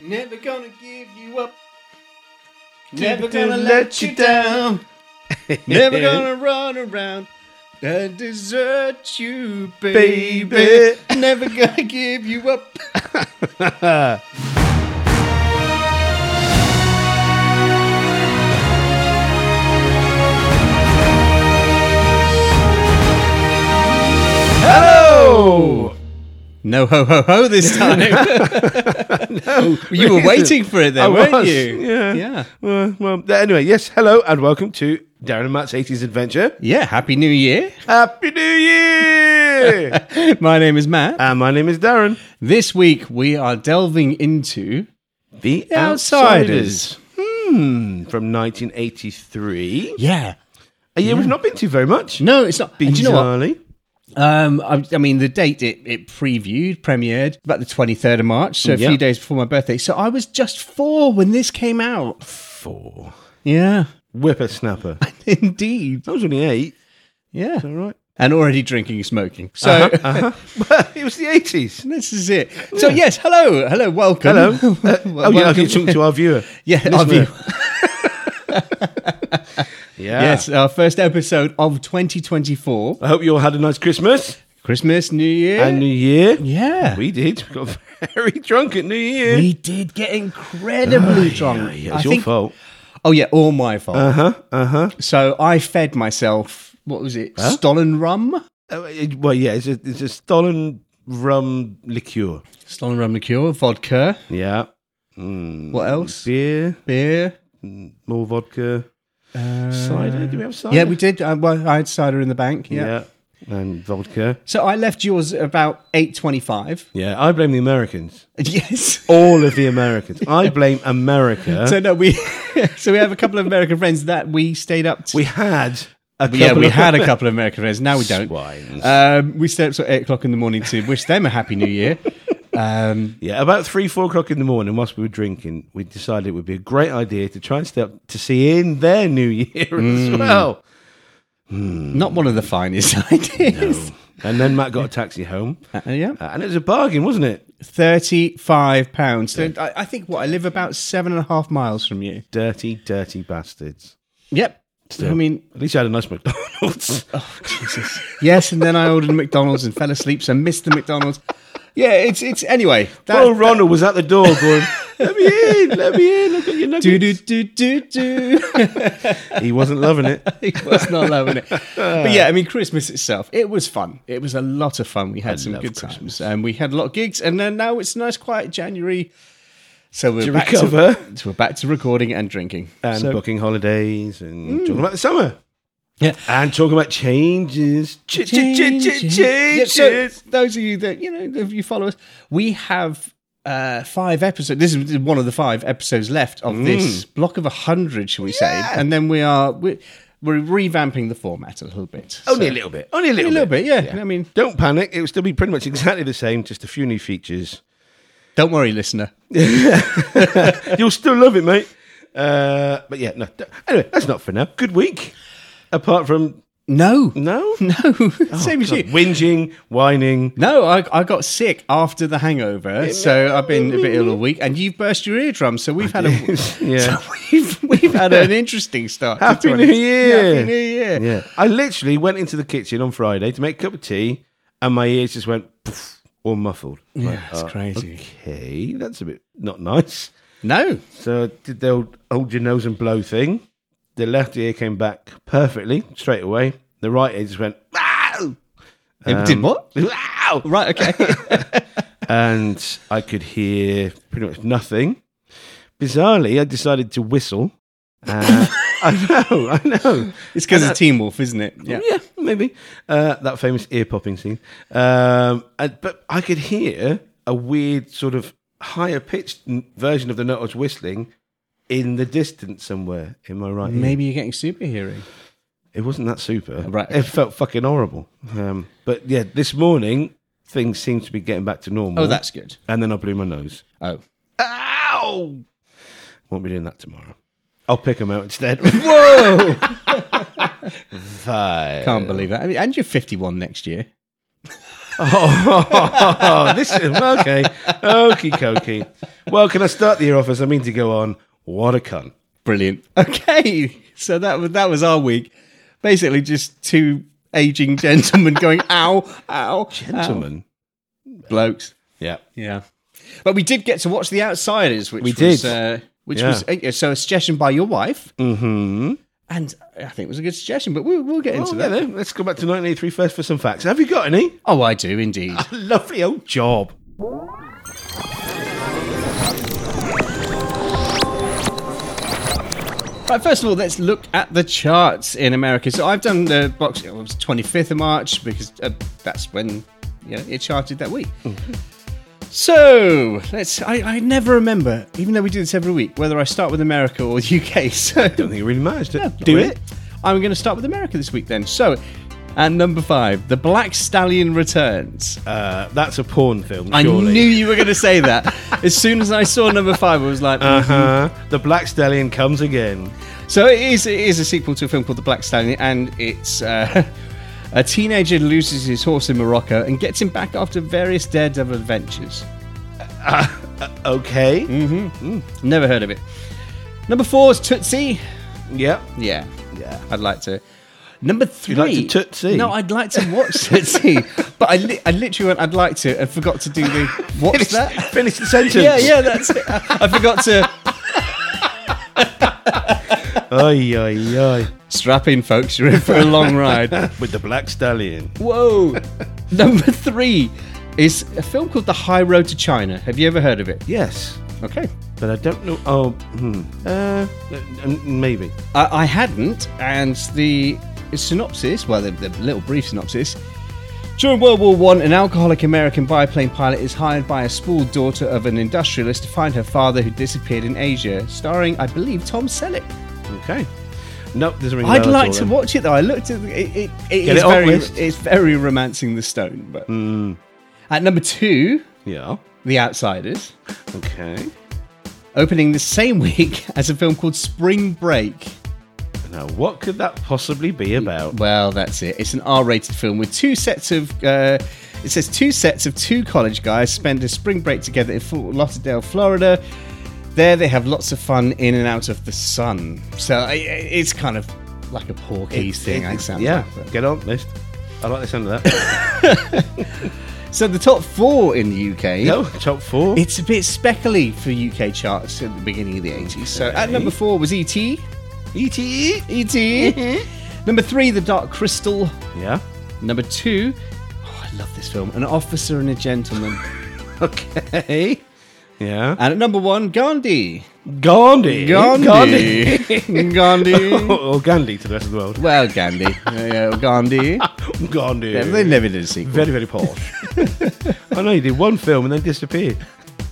Never gonna give you up. Never gonna let you down. Never gonna run around and desert you, baby. Baby. Never gonna give you up. Hello. No ho ho ho this time. No, you were reason. waiting for it I then, weren't was, you? Yeah. Yeah. Uh, well, anyway, yes. Hello and welcome to Darren and Matt's 80s Adventure. Yeah, happy new year. Happy New Year! My name is Matt. and my name is Darren. This week we are delving into The Outsiders. Hmm. From 1983. Yeah. A year we've not been to very much. No, it's not. And do you know what? Bizarrely. Um, I, I mean, the date it, it previewed, premiered, about the 23rd of March, so a Yeah. few days before my birthday. So I was just four when this came out. Four. Yeah, Whippersnapper. indeed. I was only eight. Yeah. All right. And already drinking and smoking. So Uh-huh. Well, it was the 80s. this is it. So, yes, hello. Hello, welcome. Hello. Uh, oh, yeah, welcome. you're talking to our viewer. Yeah, our Listener. view- Yeah. yes, our first episode of 2024. I hope you all had a nice Christmas Christmas, New Year. and New Year. yeah. We did. We got very drunk at New Year. We did get incredibly drunk. Yeah, I it's your think- fault. Oh yeah, all my fault. Uh huh. Uh-huh, Uh huh. So I fed myself. What was it? Stollen rum. Uh, it- well, yeah, it's a, it's a stolen rum liqueur. Stollen rum liqueur, vodka, Yeah. Mm. What else? Beer, beer. more vodka, cider. Do Uh, we have cider? Yeah, we did. I, well, I had cider in the bank. Yeah. Yeah. And vodka. So I left yours about eight twenty-five. Yeah, I blame the Americans. Yes. All of the Americans. I blame America. So no, we. so we have a couple of American friends that we stayed up. To, we had a couple yeah, we of- had a couple of American friends. Now we don't. Swines. Um, we stayed up till eight o'clock in the morning to wish them a happy new year. Um, Yeah, about three, four o'clock in the morning, whilst we were drinking, we decided it would be a great idea to try and stay up to see in their new year Mm. as well. Hmm. Not one of the finest ideas. And then Matt got a taxi home, Uh, yeah. uh, and it was a bargain, wasn't it? Thirty-five pounds. So I, I think what I live about seven and a half miles from you. Dirty, dirty bastards. Yep. I mean, At least I had a nice McDonald's. yes, and then I ordered McDonald's and fell asleep, so missed the McDonald's. Yeah, it's it's anyway. oh, Ronald was at the door going, "Let me in, let me in, I've got your nuggets." do do do do do. He wasn't loving it. he was not loving it, but yeah, I mean, Christmas itself, it was fun. It was a lot of fun. We had some love good Christmas. times, and we had a lot of gigs. And then now it's a nice, quiet January, so we're To back recover To, we're back to recording and drinking. and So- Mm. booking holidays and talking about the summer. Yeah. and talking about changes, Ch- ch- ch- ch- Yeah, so changes. those of you that you know, if you follow us, we have uh, five episodes. This is one of the five episodes left of this block of a hundred, shall we say? And then we are we're, we're revamping the format a little bit. Only So- a little bit. Only a a little, little bit. bit, yeah. I mean, Don't panic. It will still be pretty much exactly the same, just a few new features. don't worry, listener. You'll still love it, mate. Uh, but yeah, no. d- Anyway, that's not for now. Good week. Apart from No, no, no, same as you. Oh, whinging, whining. No, I, I got sick after the hangover, so I've been a bit ill all week, and you've burst your eardrum, so we've had a Yeah. so we've we've had an interesting start. to Happy 20 New Year. Happy New Year! yeah. I literally went into the kitchen on Friday to make a cup of tea, and my ears just went poof, all muffled. Yeah, it's crazy. Okay, that's a bit not nice. No, So I did the old hold your nose and blow thing. The left ear came back perfectly straight away. The right ear just went wow, It did what? wow, Right, okay. and I could hear pretty much nothing. Bizarrely, I decided to whistle. Uh, I know, I know. it's because of Team Wolf, isn't it? Yeah. Yeah, maybe uh, that famous ear popping scene. Um, and, but I could hear a weird sort of higher pitched n- version of the note I was whistling in the distance somewhere in my right ear. Maybe you're getting super hearing. It wasn't that super. Right. It felt fucking horrible. Um, but yeah, this morning things seem to be getting back to normal. Oh, that's good. And then I blew my nose. Oh. Ow! Won't be doing that tomorrow. I'll pick them out instead. Whoa! Fine. Can't believe that. I mean, and you're 51 next year. oh, listen, okay. Okie dokie. Well, can I start the year off as I mean to go on? What a cunt. Brilliant. Okay, so that was that was our week. Basically, just two aging gentlemen going, "Ow, ow, ow." Gentlemen. blokes." Yeah. Yeah, but we did get to watch The Outsiders, which We was, did. uh, which Yeah. was uh, so a suggestion by your wife, Mm-hmm. and I think it was a good suggestion. But we'll, we'll get into Well, yeah, that. then, Oh, let's go back to 1983 first for some facts. Have you got any? Oh, I do indeed. Lovely old job. Right, first of all, let's look at the charts in America. So I've done the box. It was 25th of March because uh, that's when you know, it charted that week. Hmm. So let's. I, I never remember, even though we do this every week, whether I start with America or UK. So Don't think it really matters. do- do it. I'm going to start with America this week then. So at number five, The Black Stallion returns. Uh, that's a porn film, I surely. knew you were going to say that. as soon as I saw number five, I was like, Uh-huh. The Black Stallion comes again. So it is, it is a sequel to a film called The Black Stallion, and it's uh, a teenager loses his horse in Morocco and gets him back after various daredevil adventures. Okay. Mm. Never heard of it. Number four is Tootsie. Yep. Yeah, Yeah. I'd like to. Number three. like to Tootsie? No, I'd like to watch Tootsie, but I, li- I literally went, I'd like to, and forgot to do the what's that? Finish the sentence. Yeah, yeah, that's it. I forgot to Ay, ay, ay. strap in, folks. You're in for a long ride. With the Black Stallion. Whoa! Number three is a film called The High Road to China. Have you ever heard of it? Yes. Okay. But I don't know. Oh, hmm. Uh, n- n- maybe. I, I hadn't, and the synopsis, well, the, the little brief synopsis. During World War One, an alcoholic American biplane pilot is hired by a spoiled daughter of an industrialist to find her father who disappeared in Asia, starring, I believe, Tom Selleck. Okay. Nope, there's a ring. a I'd bell at like all to then. watch it though. I looked at it. It, it Get is it off Hmm. very, list. it's very romancing the stone. But at number two, Yeah. The Outsiders. Okay. opening the same week as a film called Spring Break. Now, what could that possibly be Mm, about? Well, that's it. It's an R-rated film with two sets of. Uh, it says two sets of two college guys spend a spring break together in Fort Lauderdale, Florida. There, they have lots of fun in and out of the sun. So i- i- it's kind of like a Porky's thing. I sound yeah. like, but- Get on list. I like the sound of that. So the top four in the UK. no, top four. It's a bit speckly for UK charts at the beginning of the 80s. So at number four was E E.T. ETE. E.T. E number three, The Dark Crystal. Yeah. Number two, oh, I love this film, An Officer and a Gentleman. Okay. Yeah. and at number one, Gandhi. Gandhi. Gandhi. Gandhi. or Gandhi to the rest of the world. well, Gandhi. Yeah, yeah, Gandhi. Gandhi. Yeah, they never did a sequel. Very, very posh. I know you did one film and then disappeared.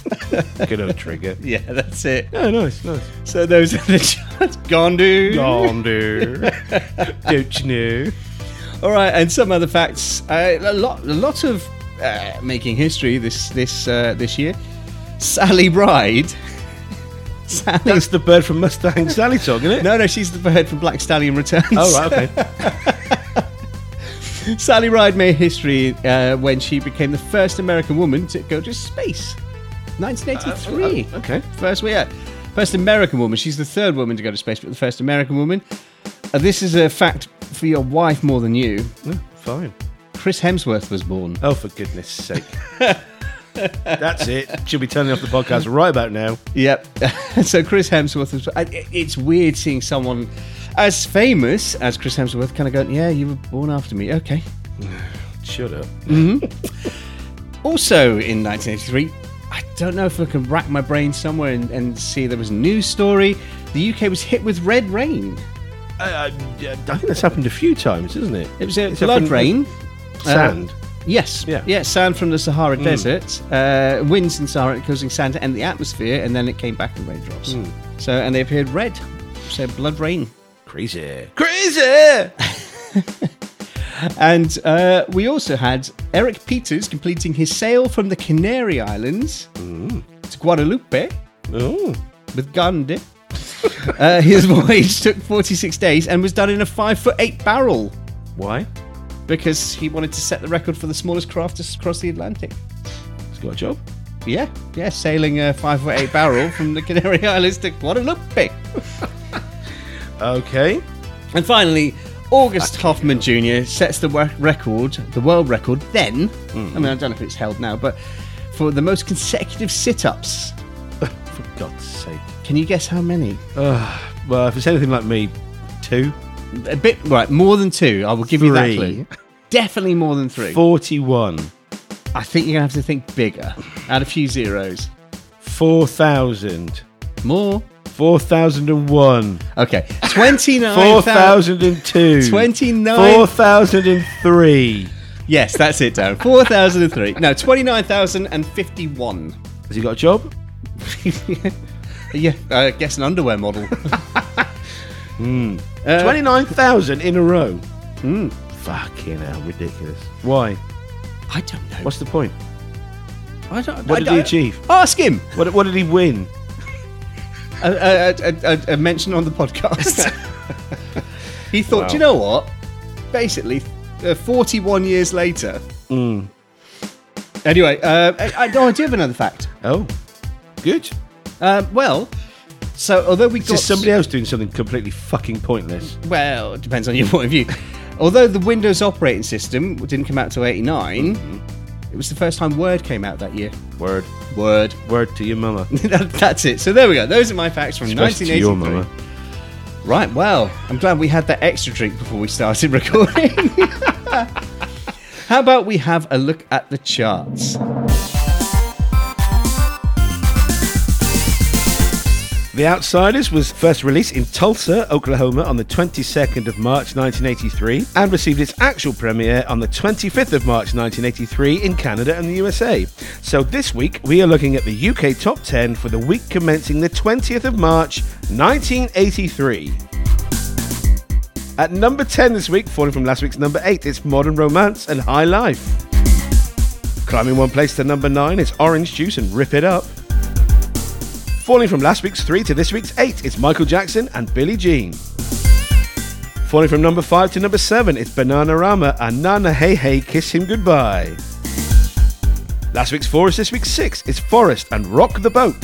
Good old trigger. Yeah, that's it. Oh, nice, nice. So those are the charts. Gandhi. Gandhi. Don't you know? All right, and some other facts. Uh, a lot, a lot of uh, making history this this uh, this year. Sally Ride. Sally. That's the bird from Mustang Sally song, isn't it? No, no, she's the bird from Black Stallion Returns. Oh, right, okay. Sally Ride made history uh, when she became the first American woman to go to space. 1983. Uh, okay. First, yeah. First American woman. She's the third woman to go to space, but the first American woman. Uh, this is a fact for your wife more than you. Yeah, fine. Chris Hemsworth was born. Oh, for goodness sake. That's it. She'll be turning off the podcast right about now. Yep. so Chris Hemsworth was. I- I- It's weird seeing someone as famous as Chris Hemsworth kind of going, "Yeah, you were born after me." Okay. Shut up. Also in 1983, I don't know if I can rack my brain somewhere and, and see there was a news story. The UK was hit with red rain. I, I, I think that's happened a few times, isn't it? It was a It's blood happened- rain. Uh, Sand. Yes. Yeah. Mm. sand from the Sahara Desert. Uh, winds in Sahara causing sand to enter the atmosphere, and then it came back in raindrops. Mm. So, and they appeared red. So, blood rain. Crazy. Crazy! And uh, we also had Eric Peters completing his sail from the Canary Islands to Guadeloupe Oh. with Gandhi. uh, his voyage took 46 days and was done in a 5 foot 8 barrel Why? because he wanted to set the record for the smallest craft to s- cross the Atlantic. He's got a job. Yeah, yeah, sailing a five foot eight barrel from the Canary Islands to Guadalupe. Okay. And finally, August Hoffman Jr. sets the wor- record, the world record, then, I mean, I don't know if it's held now, but for the most consecutive sit ups. For God's sake. Can you guess how many? Ugh. well, if it's anything like me, two, A bit, right, more than two. I will give you that Three. clue. Definitely more than three. forty-one, I think you're going to have to think bigger. Add a few zeros. four thousand, More. four thousand and one, Okay. 29. four thousand and two, 29. four thousand and three. Yes, that's it, Darren. 4,003. No, 29,051. Has he got a job? yeah, I guess an underwear model. Uh, Twenty-nine thousand in a row. Fucking hell, ridiculous. Hmm. Why? I don't know. What's the point? I don't, What I did don't- he achieve? Ask him. What, what did he win? A, a, a, a, a mention on the podcast. he thought, Wow. do you know what? Basically, uh, 41 years later. Mm. Anyway, uh, I, I, oh, I do have another fact. Oh, good. Um, well, so although we Is got this somebody else doing something completely fucking pointless? Well, it depends on your point of view. Although the Windows operating system didn't come out till 89, it was the first time Word came out that year. Word, Word. word to your mama. That- That's it. So there we go. Those are my facts from Especially to your 1983. mama. Right, well, I'm glad we had that extra drink before we started recording. How about we have a look at the charts? The Outsiders was first released in Tulsa, Oklahoma on the 22nd of March 1983 and received its actual premiere on the 25th of March 1983 in Canada and the USA. So this week we are looking at the UK top 10 for the week commencing the 20th of March 1983. At number 10 this week, falling from last week's number 8, it's Modern Romance and High Life. Climbing one place to number 9 is Orange Juice and Rip It Up. Falling from last week's three to this week's eight is Michael Jackson and Billie Jean. Falling from number five to number seven is Banana Rama and Nana Hey Hey Kiss Him Goodbye. Last week's four is this week's six is Forest and Rock the Boat.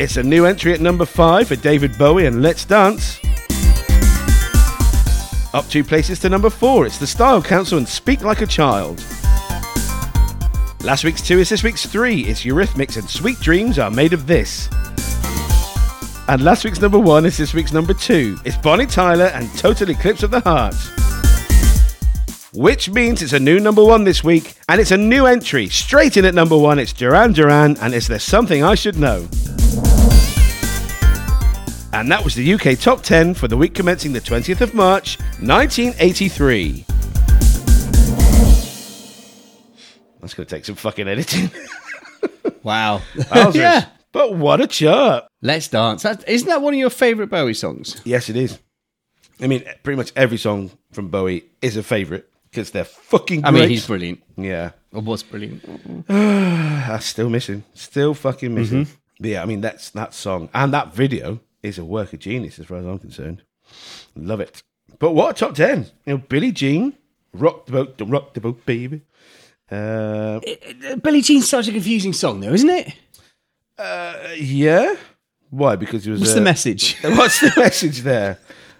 It's a new entry at number five for David Bowie and Let's Dance. Up two places to number four, it's The Style Council and Speak Like a Child. Last week's two is this week's three. It's Eurythmics and Sweet Dreams Are Made of This. And last week's number one is this week's number two. It's Bonnie Tyler and Total Eclipse of the Heart. Which means it's a new number one this week, and it's a new entry. Straight in at number one, it's Duran Duran and Is There Something I Should Know? And that was the UK top 10 for the week commencing the 20th of March, 1983. That's going to take some fucking editing. Wow. Wowzers. yeah. But what a chart. Let's dance. That, isn't that one of your favourite Bowie songs? Yes, it is. I mean, pretty much every song from Bowie is a favourite because they're fucking I great. mean, he's brilliant. yeah, Or was brilliant. I still miss him. Still fucking miss Mm-hmm. him. But yeah, I mean, that's that song and that video is a work of genius as far as I'm concerned. Love it. But what a top ten! You know, Billie Jean, rock the boat, rock the boat, baby. Uh, Billie Jean's such a confusing song, though, isn't it? yeah. Why? Because it was. What's uh, the message? What's the message there?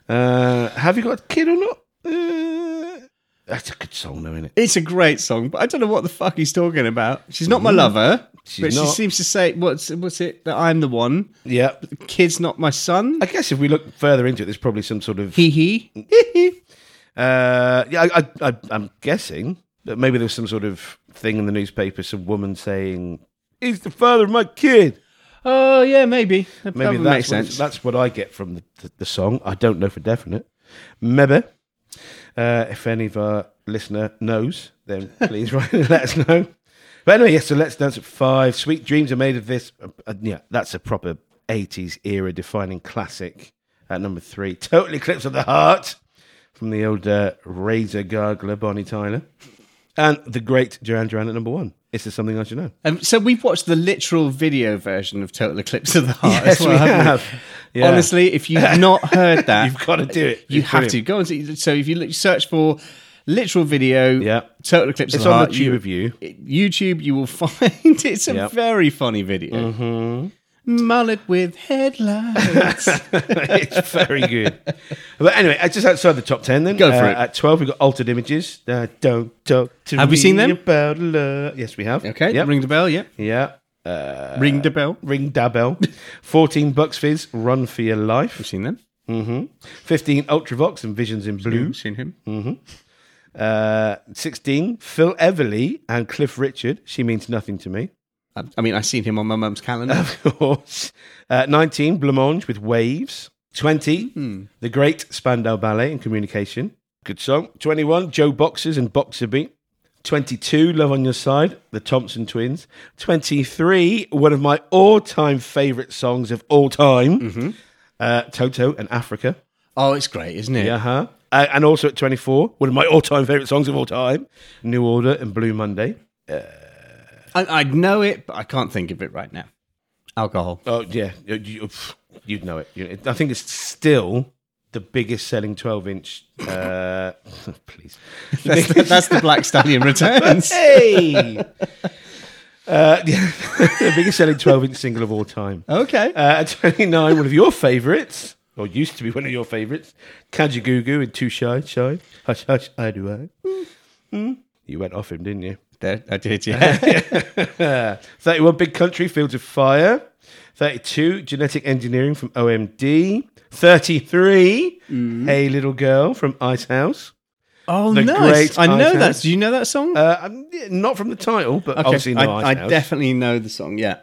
Uh, have you got a kid or not? Uh, that's a good song, though, isn't it? It's a great song, but I don't know what the fuck he's talking about. She's not my lover, She's but she not. seems to say, "What's what's it that I'm the one? Yeah. The kid's not my son." I guess if we look further into it, there's probably some sort of. Hee hee. Uh, yeah, I, I, I, I'm guessing that maybe there's some sort of thing in the newspaper, some woman saying, "He's the father of my kid." Oh yeah, maybe. That, Maybe that would that's make sense. What, that's what I get from the, the, the song. I don't know for definite. Maybe. Uh, if any of our listener knows, then please write and let us know. But anyway, yes, so let's dance at five. Sweet dreams are made of this. Uh, uh, yeah, that's a proper 80s era defining classic at number three. Total Eclipse of the Heart from the old uh, Razor Gargler, Bonnie Tyler. And the great Duran Duran at number one. Is there something I should know? Um, so we've watched the literal video version of Total Eclipse of the Heart. as Yes, well, we haven't have. Yeah. Honestly, if you've not heard that, You've got to do it. you It's have brilliant. to go and see. So if you look, search for literal video. Yeah. Total Eclipse of It's the on Heart. the tube you- of you. YouTube, you will find it's a Yep. very funny video. Mullet with headlights. it's very good. But anyway, uh, just outside the top ten, then Go for uh, it. At twelve, we've got altered images. Uh, don't talk to Have me we seen them? About love. Yes, we have. okay, Yep. ring the bell, yeah. yeah. Uh, Ring the bell. ring da bell. Fourteen bucks fizz. Run for your life. I've seen them. hmm Fifteen Ultravox and Visions in Blue. You've seen him. Uh, Sixteen Phil Everly and Cliff Richard. She means nothing to me. I- I mean, I've seen him on my mum's calendar. Of course. Uh, 19, Blancmange with Waves. 20, The Great Spandau Ballet and Communication. Good song. 21, Joe Boxers and Boxer Beat. 22, Love on Your Side, The Thompson Twins. 23, one of my all time favourite songs of all time, uh, Toto and Africa. oh, it's great, isn't it? Yeah, huh? Uh, and also at 24, one of my all time favourite songs of all time, New Order and Blue Monday. I, I know it, but I can't think of it right now. Alcohol. Oh yeah, you, you, pff, you'd know it. You- I think it's still the biggest selling twelve-inch. Uh, please, That's the, that's the Black Stallion Returns. hey, uh, yeah, the biggest selling twelve-inch single of all time. Okay. Uh, at twenty-nine, one of your favourites, or used to be one of your favourites, Kajagoogoo and Too Shy, Shy, Hush Hush, I Do I. Hmm? You went off him, didn't you? There, I did, yeah. 31 Big Country, Fields of Fire. 32 Genetic Engineering from OMD. 33 Mm. Hey Little Girl from Ice House. Oh, The nice. Great I know Ice that. House. Do you know that song? Uh, I'm- not from the title, but obviously not Ice I, I House. definitely know the song, yeah.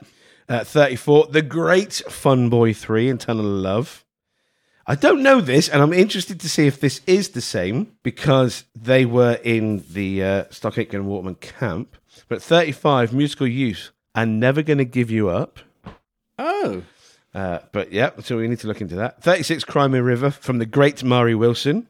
uh, 34 The Great Fun Boy 3 and Tunnel of Love. I don't know this, and I'm interested to see if this is the same because they were in the uh, Stock Aitken and Waterman camp. But 35 Musical Youth and Never Gonna Give You Up. Oh. Uh, but yeah, so we need to look into that. 36 Crimea River from the great Murray Wilson.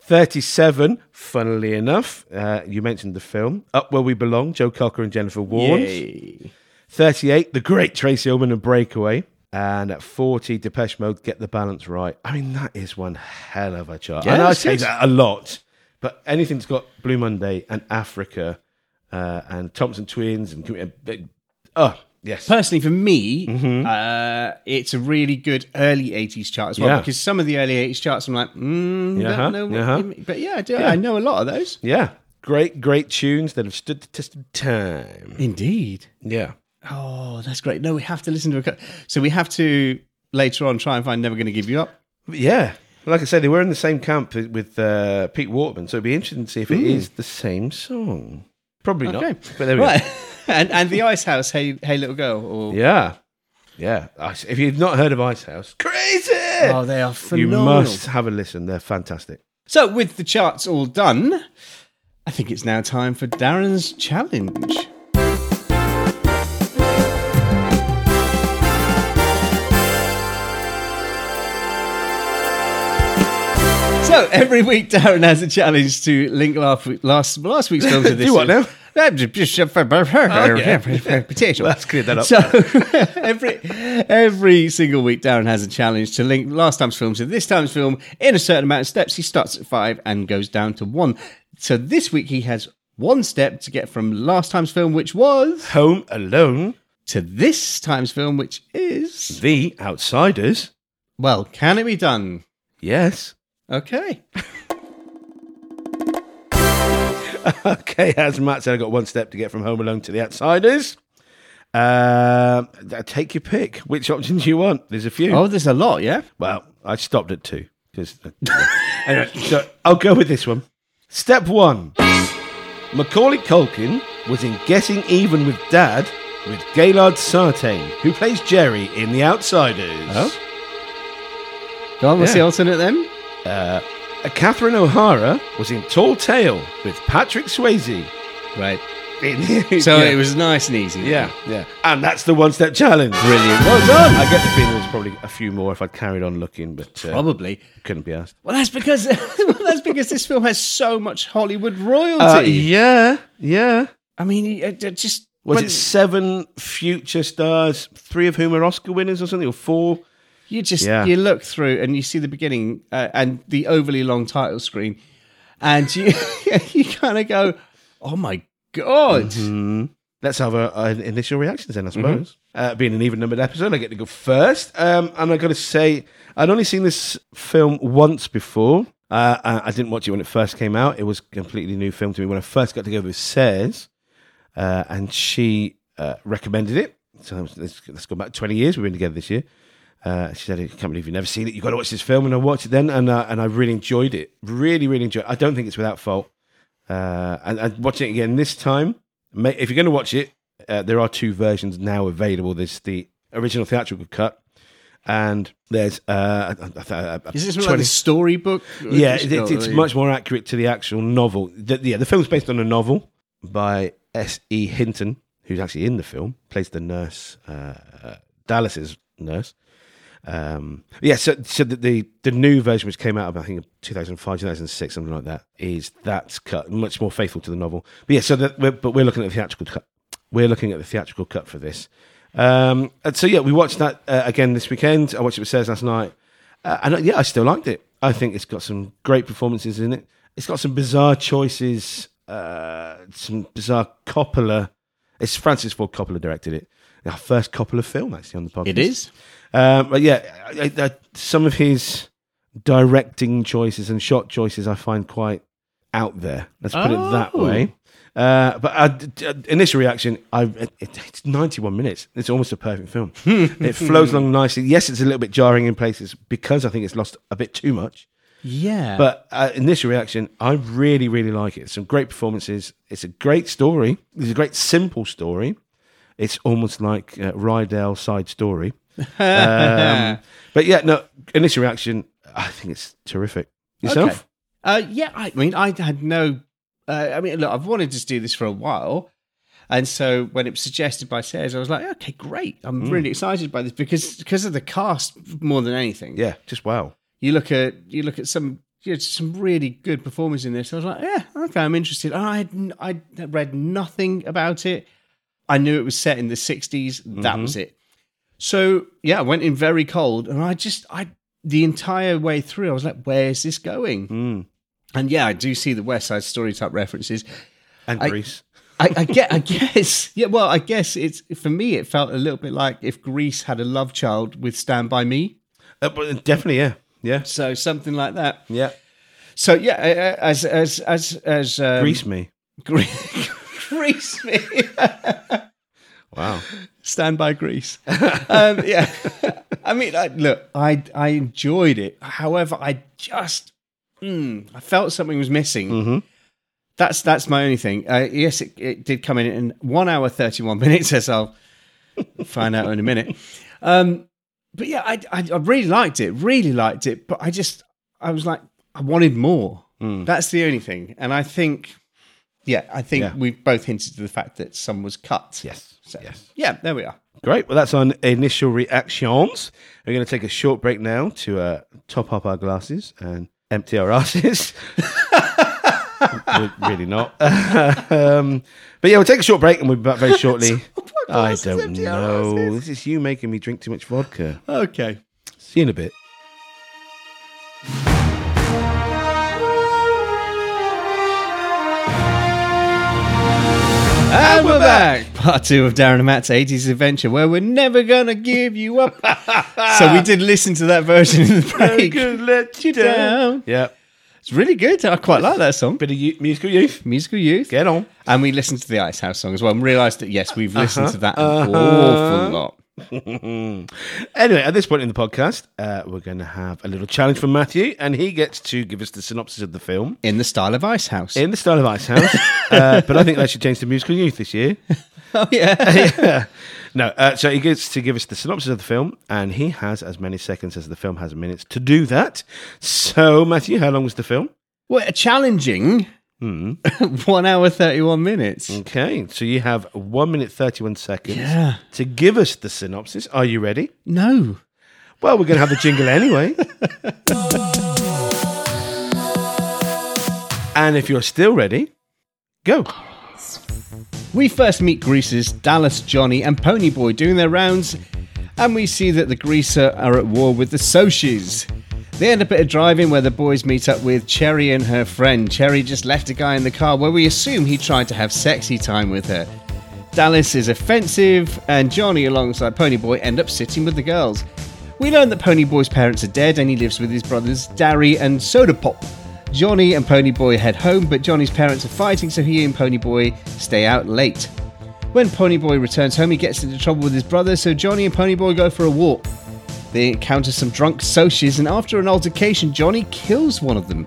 37, funnily enough, uh, you mentioned the film Up Where We Belong, Joe Cocker and Jennifer Warnes. Yay. 38, The Great Tracy Ullman and Breakaway. And at 40, Depeche Mode, Get the Balance Right. I mean, that is one hell of a chart. Yeah, and I it's say good. that a lot, but anything that's got Blue Monday and Africa uh, and Thompson Twins and. and oh, yes. Personally, for me, uh, it's a really good early 80s chart as well Yeah. because some of the early 80s charts, I'm like, mm, Yeah, don't know. What yeah. you mean. But yeah I, do, I know a lot of those. Yeah. Great, great tunes that have stood the test of time. Indeed. Yeah. Oh, that's great. No, we have to listen to a. co- So we have to later on try and find Never Gonna Give You Up. Yeah. Like I said, they were in the same camp with uh, Pete Waterman, so it'd be interesting to see if it is the same song. Probably Mm. Okay. not. But there we right. go. and, and the Ice House, Hey, hey Little Girl. Or, Yeah. Yeah. Ice- If you've not heard of Ice House, crazy! Oh, they are you phenomenal. must have a listen. They're fantastic. So, with the charts all done, I think it's now time for Darren's challenge. So every week, Darren has a challenge to link last week, last, last week's film to this. Do what now? Potato. Let's clear that up. So every every single week, Darren has a challenge to link last time's film to this time's film in a certain amount of steps. He starts at five and goes down to one. So this week he has one step to get from last time's film, which was Home Alone, to this time's film, which is The Outsiders. well, can it be done? Yes. Okay. Okay, as Matt said, I got one step to get from Home Alone to The Outsiders. Um, th- take your pick. Which option do you want? There's a few. Oh, there's a lot, yeah. Well, I stopped at two because. anyway, so I'll go with this one. Step one: Macaulay Culkin was in Getting Even with Dad with Gaylord Sartain, who plays Jerry in The Outsiders. Oh. Go on, what's Yeah. the alternate then? Uh, Catherine O'Hara was in Tall Tale with Patrick Swayze. Right. In- So Yeah. it was nice and easy. Yeah, yeah. And that's the one step challenge. Brilliant. Well done. I get the feeling there's probably a few more if I'd carried on looking, but uh, Probably. couldn't be asked. Well, that's because well, that's because this film has so much Hollywood royalty. Uh, yeah, yeah. I mean, it, it just Was when- it seven future stars, three of whom are Oscar winners or something, or four? you just Yeah. you look through and you see the beginning uh, and the overly long title screen, and you you kind of go, "Oh my god!" Mm-hmm. Let's have our, our initial reactions then, I suppose. Uh, being an even numbered episode, I get to go first. Um, and I got to say, I'd only seen this film once before. Uh, I, I didn't watch it when it first came out. It was a completely new film to me when I first got together with Says, uh, and she uh, recommended it. So let's, let's go back 20 years. We've been together this year. Uh, she said, I can't believe you've never seen it. You've got to watch this film. And I watched it then, and, uh, and I really enjoyed it. Really, really enjoyed it. I don't think it's without fault. Uh, and, and watching it again this time, ma- if you're going to watch it, uh, there are two versions now available. There's the original theatrical cut, and there's uh, I- I- I- I- Is this like 20 the storybook? yeah, it, it- it's much more accurate to the actual novel. The, yeah, the film's based on a novel by S. E. Hinton, who's actually in the film, plays the nurse, uh, uh, Dallas's nurse. Um, yeah, so, so the, the the new version, which came out of I think 2005, 2006, something like that, is that's cut much more faithful to the novel. But yeah, so that we're, but we're looking at the theatrical cut. We're looking at the theatrical cut for this. Um, and so yeah, we watched that uh, again this weekend. I watched it with Says last night, uh, and uh, yeah, I still liked it. I think it's got some great performances in it. It's got some bizarre choices, uh, some bizarre Coppola. It's Francis Ford Coppola directed it. Our first Coppola film actually on the podcast. It is. Um, but yeah, I, I, I, some of his directing choices and shot choices I find quite out there. Let's put it that Oh. way. Uh, but I d- d- initial reaction, I it, it's 91 minutes. It's almost a perfect film. it flows along nicely. Yes, it's a little bit jarring in places because I think it's lost a bit too much. Yeah, But uh, initial reaction, I really, really like it. Some great performances. It's a great story. It's a great simple story. It's almost like uh, Rydell side story. Um, but yeah, no. Initial reaction, I think it's terrific. Yourself? Okay. Uh, yeah, I mean, I had no. Uh, I mean, look, I've wanted to do this for a while. And so when it was suggested by Sayers, I was like, okay, great. I'm Mm. really excited by this because because of the cast more than anything. Yeah, just wow. You look at you look at some you know, some really good performers in this. I was like, yeah, okay, I'm interested. And I had n- I read nothing about it. I knew it was set in the 60s. That was it. So yeah, I went in very cold, and I just I the entire way through, I was like, where is this going? Mm. And yeah, I do see the West Side Story type references. And I- Greece. I, I get, I guess, yeah. Well, I guess it's for me. It felt a little bit like if Greece had a love child with Stand by Me, Uh, but definitely, yeah. Yeah. so something like that. Yeah. So yeah, uh, as as as as um, Greece me. Greece, Greece, me. Wow. Stand by Greece. um, yeah, I mean, I, look, I I enjoyed it. However, I just mm, I felt something was missing. Mm-hmm. That's that's my only thing. Uh, yes, it, it did come in in one hour thirty one minutes, as I'll find out in a minute. Um, but yeah, I, I I really liked it, really liked it. But I just I was like, I wanted more. Hmm. That's the only thing. And I think, yeah, I think Yeah. we both hinted to the fact that some was cut. Yes. So, Yes. yeah, there we are. Great. Well, that's on initial reactions. We're going to take a short break now to uh, top up our glasses and empty our asses. We're really not. um, but yeah, we'll take a short break and we'll be back very shortly. I glasses, don't empty our know. asses. This is you making me drink too much vodka. Okay. See you in a bit. And we're back. Part two of Darren and Matt's 80s adventure, where we're never going to give you up. so we did listen to that version in the break. let you down. Yeah. It's really good. I quite like that song. Bit of you- musical youth. Musical Youth. Get on. And we listened to the Ice House song as well and realised that, yes, we've listened to that an awful lot. Anyway, at this point in the podcast, uh, we're going to have a little challenge from Matthew, and he gets to give us the synopsis of the film In the style of Ice House. in the style of Ice House. uh, but I think they should change to Musical Youth this year. oh, yeah. No, uh, so he gets to give us the synopsis of the film, and he has as many seconds as the film has minutes to do that. So, Matthew, how long was the film? well, challenging. Hmm. One hour, 31 minutes. Okay, so you have one minute thirty-one seconds Yeah. to give us the synopsis. Are you ready? No. Well, we're going to have the jingle anyway. and if you're still ready, go. We first meet greasers Dallas, Johnny, and Ponyboy doing their rounds, and we see that the greaser are at war with the Soshis. They had a bit of driving where the boys meet up with Cherry and her friend. Cherry just left a guy in the car where we assume he tried to have sexy time with her. Dallas is offensive, and Johnny, alongside Ponyboy, end up sitting with the girls. We learn that Ponyboy's parents are dead and he lives with his brothers, Darry and Soda Pop. Johnny and Ponyboy head home, but Johnny's parents are fighting, so he and Ponyboy stay out late. When Ponyboy returns home, he gets into trouble with his brother, so Johnny and Ponyboy go for a walk. They encounter some drunk socias, and after an altercation, Johnny kills one of them.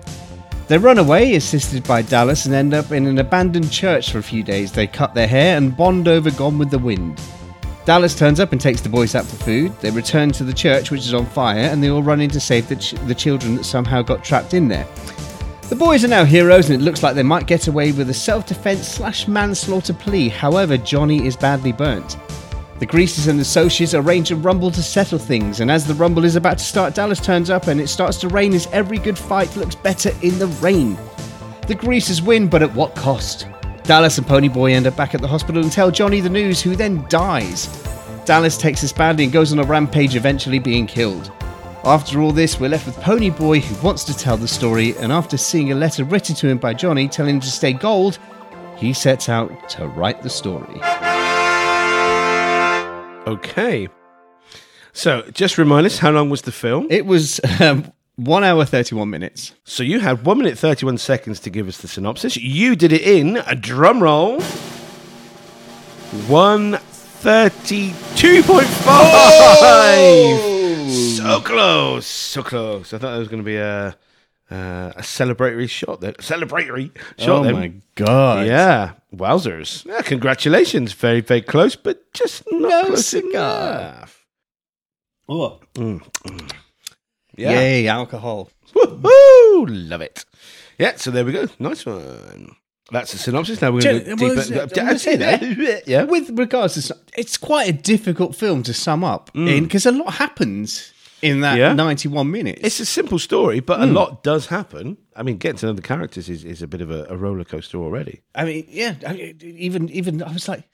They run away, assisted by Dallas, and end up in an abandoned church for a few days. They cut their hair and bond over Gone with the Wind. Dallas turns up and takes the boys out for food. They return to the church, which is on fire, and they all run in to save the, ch- the children that somehow got trapped in there. The boys are now heroes, and it looks like they might get away with a self defense slash manslaughter plea. However, Johnny is badly burnt. The Greases and the Socias arrange a rumble to settle things, and as the rumble is about to start, Dallas turns up and it starts to rain as every good fight looks better in the rain. The Greases win, but at what cost? Dallas and Ponyboy end up back at the hospital and tell Johnny the news, who then dies. Dallas takes this badly and goes on a rampage, eventually being killed. After all this, we're left with Ponyboy, who wants to tell the story, and after seeing a letter written to him by Johnny telling him to stay gold, he sets out to write the story. Okay. So just remind us, how long was the film? It was um, one hour, 31 minutes. So you had one minute thirty-one seconds to give us the synopsis. You did it in a drum roll. One thirty-two point five. So close, so close. I thought that was going to be a uh, a celebratory shot. Then celebratory shot. then. Oh god. Yeah, wowzers! Yeah, congratulations, very very close, but just not No close cigar. enough. Oh. Mm, mm. Yeah. Yay, alcohol. Woohoo! Love it. Yeah, so there we go. Nice one. That's the synopsis. Now we're going to Jen, go well, deeper. is it- I'd say that. yeah. With regards to, it's quite a difficult film to sum up in because a lot happens in that Mm. Yeah. 91 minutes. It's a simple story, but Hmm. a lot does happen. I mean, getting to know the characters is, is a bit of a, a roller coaster already. I mean, yeah, I, even even I was like,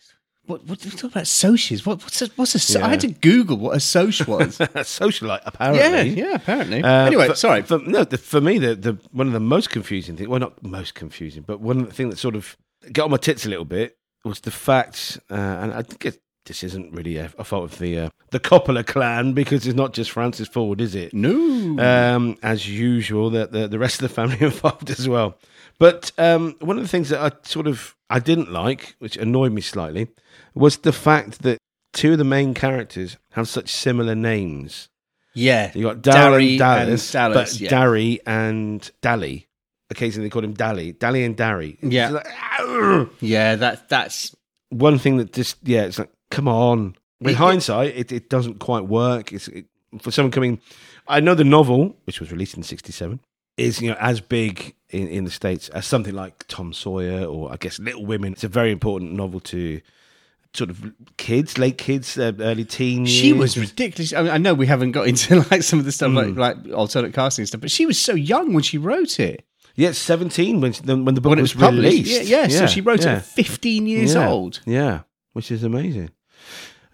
what what are you talking about socias? What what's a, what's a so- I had to Google what a soc was. A socialite, yeah, apparently. yeah, apparently. Uh, anyway, for- sorry. For, no, the, for me, the, the one of the most confusing things, well, not most confusing, but one thing that sort of got on my tits a little bit was the fact, uh, and I think it, this isn't really a, a fault of the uh, the Coppola clan because it's not just Francis Ford, is it? no. um, as usual, the, the the rest of the family involved as well. But um, one of the things that I sort of I didn't like, which annoyed me slightly, was the fact that two of the main characters have such similar names. yeah. You got Darren Darry and Dallas, and Dallas, but yeah. Darry and Dally. Occasionally they called him Dally, Dally and Darry. It's Yeah. like, "Argh!" Yeah, that that's one thing that just yeah, it's like come on. With It- hindsight, it, it doesn't quite work. It's it, for someone coming. I know the novel, which was released in '67, is you know as big in, in the states as something like Tom Sawyer or I guess Little Women. It's a very important novel to sort of kids, late kids, uh, early teens. she was ridiculous. I, mean, I know we haven't got into like some of the stuff Hmm. like like alternate casting and stuff, but she was so young when she wrote it. yeah, 17 when when the book When it was, was published. released. Yeah, yeah, so she wrote it yeah. at 15 years yeah. old. Yeah, which is amazing.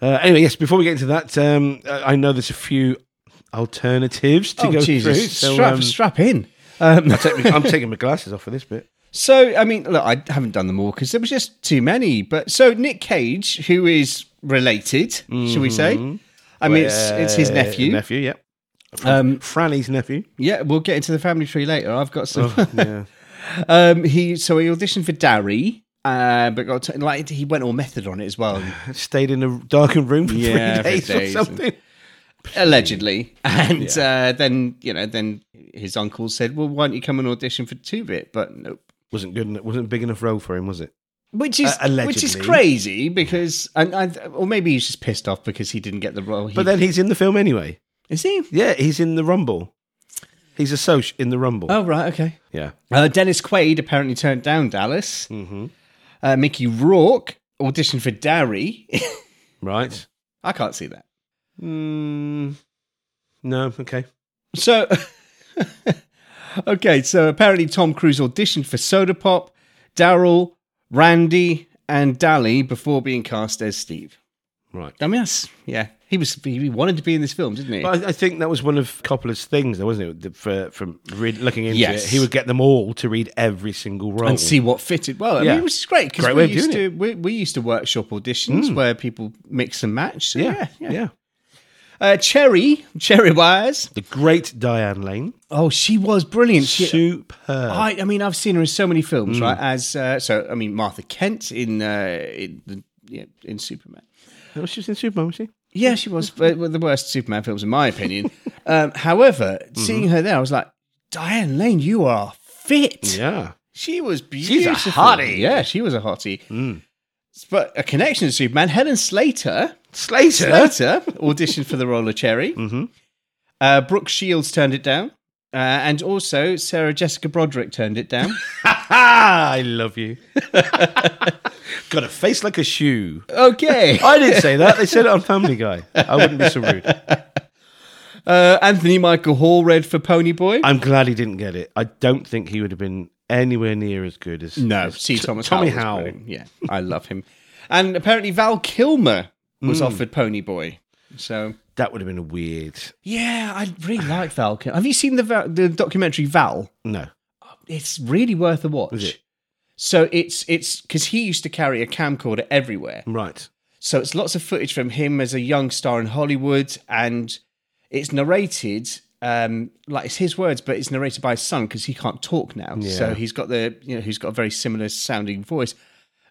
Uh, anyway, yes, before we get into that, um, I I know there's a few alternatives to oh go Jesus. through. So, strap um, strap in. Um, I'll take me- I'm taking my glasses off for this bit. So, I mean, look, I haven't done them all because there was just too many. But so Nick Cage, who is related, shall we say? I mean, it's, it's his Uh, nephew. Nephew, Mm-hmm. yeah. Um, Franny's nephew. yeah, we'll get into the family tree later. I've got some. yeah. um, he so he auditioned for Darry, uh, but got t- like he went all method on it as well, Stayed in a darkened room for Yeah, for three days, days. or something. allegedly. And uh, then you know, then his uncle said, "Well, why don't you come and audition for Two Bit?" But nope. Wasn't good. en- Wasn't a big enough role for him, was it? Which is Uh, which is allegedly. crazy because and, and or maybe he's just pissed off because he didn't get the role. He, But then he's in the film anyway. is he? Yeah, he's in the Rumble. He's a soc in the Rumble. Oh right, okay. Yeah. Uh, Dennis Quaid apparently turned down Dallas. hmm Uh, Mickey Rourke auditioned for Derry. Right. I can't see that. Mm, no. Okay. So, okay, so apparently Tom Cruise auditioned for Soda Pop, Daryl, Randy, and Dally before being cast as Steve. Right. I mean, that's, yeah. He was he wanted to be in this film, didn't he? But I, I think that was one of Coppola's things, though, wasn't it? The- For, from read, looking into Yes. it, he would get them all to read every single role and see what fitted well. I Yeah. mean, which is great because Great we way of used doing Mm. to we, we used to workshop auditions where people mix and match. So yeah, yeah. yeah. Uh, Cherry, Cherry Wires. The great Diane Lane, Oh, she was brilliant. She, superb. I, I mean, I've seen her in so many films, Hmm. right? As uh, so, I mean, Martha Kent in uh, in the yeah, in Superman. Oh, she was in Superman, was she? Yeah, she was but one of the worst Superman films, in my opinion. um, however, Mm-hmm. seeing her there, I was like, Diane Lane, you are fit. Yeah. She was a beautiful. hottie. Hmm. Yeah, she was a hottie. But a connection to Superman, Helen Slater, Slater. Slater auditioned for the role of Cherry. Mm-hmm. Uh, Brooke Shields turned it down. Uh, and also, Sarah Jessica Broderick turned it down. Ah, I love you. Got a face like a shoe. okay. I didn't say that. They said it on Family Guy. I wouldn't be so rude. Uh, Anthony Michael Hall read for Ponyboy. I'm glad he didn't get it. I don't think he would have been anywhere near as good as No, as see Thomas Howell Tommy was Howell. brilliant. Yeah, I love him. And apparently Val Kilmer was offered Ponyboy. So That would have been a weird. yeah, I really like Val Kilmer. Have you seen the Val- the documentary Val? No, It's really worth a watch. Is it? So it's it's because he used to carry a camcorder everywhere. right. So it's lots of footage from him as a young star in Hollywood, and it's narrated um, like it's his words, but it's narrated by his son because he can't talk now. So he's got the you know he's got a very similar sounding voice.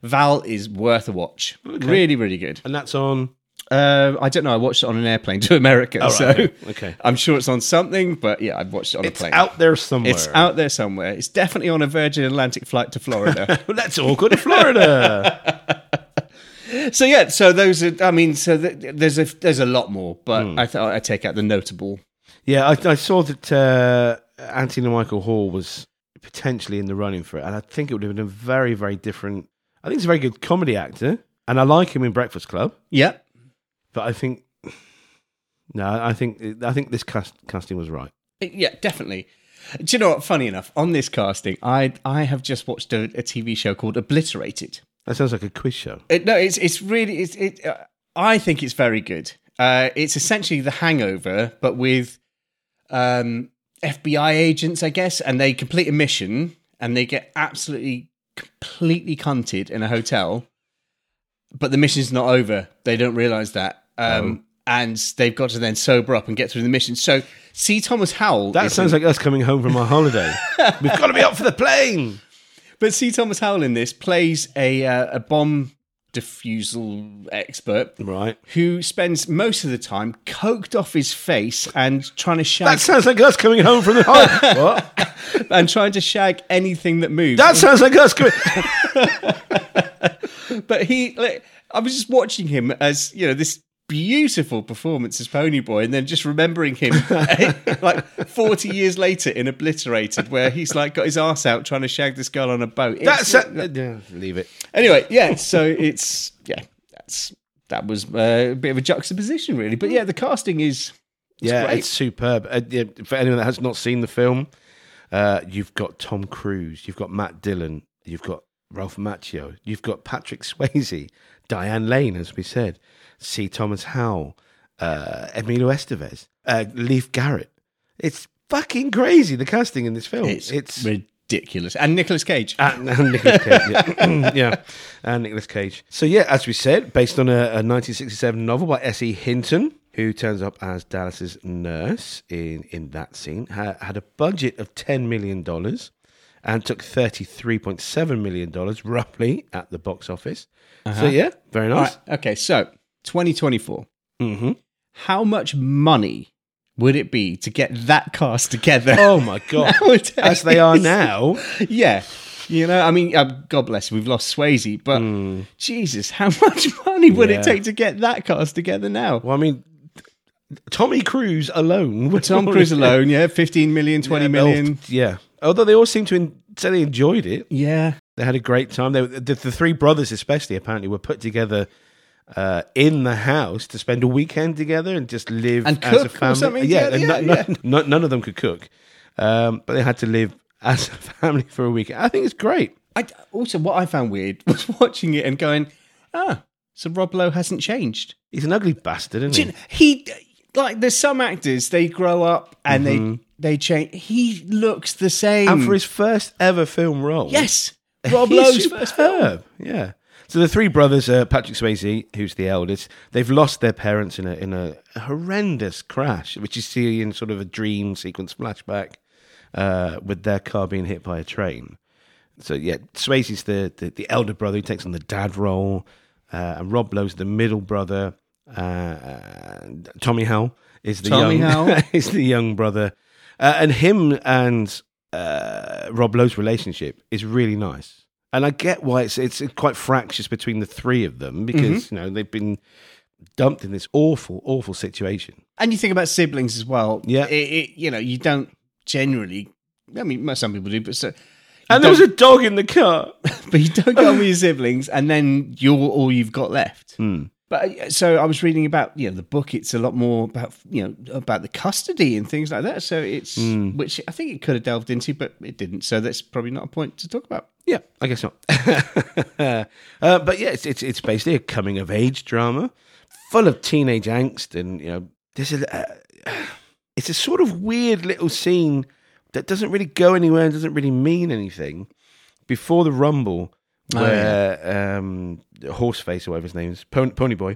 Val is worth a watch. Really, really good. And that's on. Uh, I don't know. I watched it on an airplane to America, so okay. Okay. I'm sure it's on something. But yeah, I watched it on It's a plane. out there somewhere. It's out there somewhere. It's definitely on a Virgin Atlantic flight to Florida. Well, let's all go to Florida. So yeah, so those are. I mean, so th- there's a there's a lot more, but I th- I take out the notable. yeah, I, I saw that uh, Anthony Michael Hall was potentially in the running for it, and I think it would have been a very, very different. I think he's a very good comedy actor, and I like him in Breakfast Club. Yeah, But I think no, I think I think this cast, casting was right. yeah, definitely. Do you know what? Funny enough, on this casting, I I have just watched a, a TV show called Obliterated. That sounds like a quiz show. It, no, it's it's really it's it. Uh, I think it's very good. Uh, it's essentially The Hangover, but with um, FBI agents, I guess, and they complete a mission and they get absolutely completely cunted in a hotel. But the mission's not over. They don't realize that. Um, And they've got to then sober up and get through the mission. So, see Thomas Howell. That is sounds like us coming home from our holiday. We've got to be up for the plane. But see, Thomas Howell in this plays a uh, a bomb defusal expert Right. who spends most of the time coked off his face and trying to That shag sounds like us coming home from the holiday. what? and trying to shag anything that moves. That sounds like us coming. but he, like, I was just watching him as you know this beautiful performance as Ponyboy, and then just remembering him like forty years later in Obliterated, where he's like got his ass out trying to shag this girl on a boat. That It's- sa- yeah, leave it. anyway, yeah. So it's yeah, that's that was uh, a bit of a juxtaposition, really. But yeah, the casting is yeah, great. it's superb. Uh, yeah, for anyone that has not seen the film, uh, you've got Tom Cruise, you've got Matt Dillon, you've got Ralph Macchio, you've got Patrick Swayze, Diane Lane, as we said, C. Thomas Howell, uh, Emilio Estevez, uh, Leaf Garrett. It's fucking crazy the casting in this film. it's, ridiculous, and Nicolas Cage. and, and Nicolas Cage, yeah. yeah, and Nicolas Cage. So yeah, as we said, based on a, a 1967 novel by S.E. Hinton, who turns up as Dallas's nurse in in that scene, ha- had a budget of 10 million dollars and took 33.7 million dollars roughly at the box office. Uh-huh. So yeah, very All nice. right, okay, so 2024. hmm How much money would it be to get that cast together? Oh my god, nowadays? as they are now. Yeah. You know, I mean, uh, God bless, we've lost Swayze, but Jesus, how much money would Hmm. Yeah. it take to get that cast together now? Well, I mean, Tommy Cruise alone. would Tom Cruise alone, yeah, 15 million, 20 Yeah, they all- million. Yeah. Although they all seem to en- say they enjoyed it. Yeah. They had a great time. They, the, the three brothers, especially, apparently, were put together uh, in the house to spend a weekend together and just live And as a cook or family. something yeah, together, and no- yeah, no- no- none of them could cook, um, but they had to live as a family for a weekend. I think it's great. I, also, what I found weird was watching it and going, ah, So Rob Lowe hasn't changed. He's an ugly bastard, Do you isn't know- He like there's some actors they grow up and they they change. He looks the same. he? Mm-hmm. And for his first ever film role, yes, Rob he's Lowe's first film. superb. Yeah. So the three brothers, uh, Patrick Swayze, who's the eldest, they've lost their parents in a in a horrendous crash, which you see in sort of a dream sequence flashback, uh, with their car being hit by a train. So yeah, Swayze's the the, the elder brother who takes on the dad role, uh, and Rob Lowe's the middle brother. Uh, and Tommy Howell is the Tommy young Howell. is the young brother, uh, and him and uh, Rob Lowe's relationship is really nice. And I get why it's it's quite fractious between the three of them because you know they've been dumped in this awful awful situation. And you think about siblings as well. Yeah. It, it, you know, you don't generally. I mean, most- some people do, but so, And there was a dog in the car. but you don't go with your siblings, and then you're all you've got left. Hmm. But uh, so I was reading about you know the book. It's a lot more about you know about the custody and things like that. So it's Hmm. which I think it could have delved into, but it didn't. So that's probably not a point to talk about. Yeah, I guess not. uh, but yeah, it's, it's it's basically a coming of age drama, full of teenage angst, and you know, this is uh, it's a sort of weird little scene that doesn't really go anywhere and doesn't really mean anything. Before the rumble, Oh, where um, Horseface or whatever his name is, Pon- Pony Boy,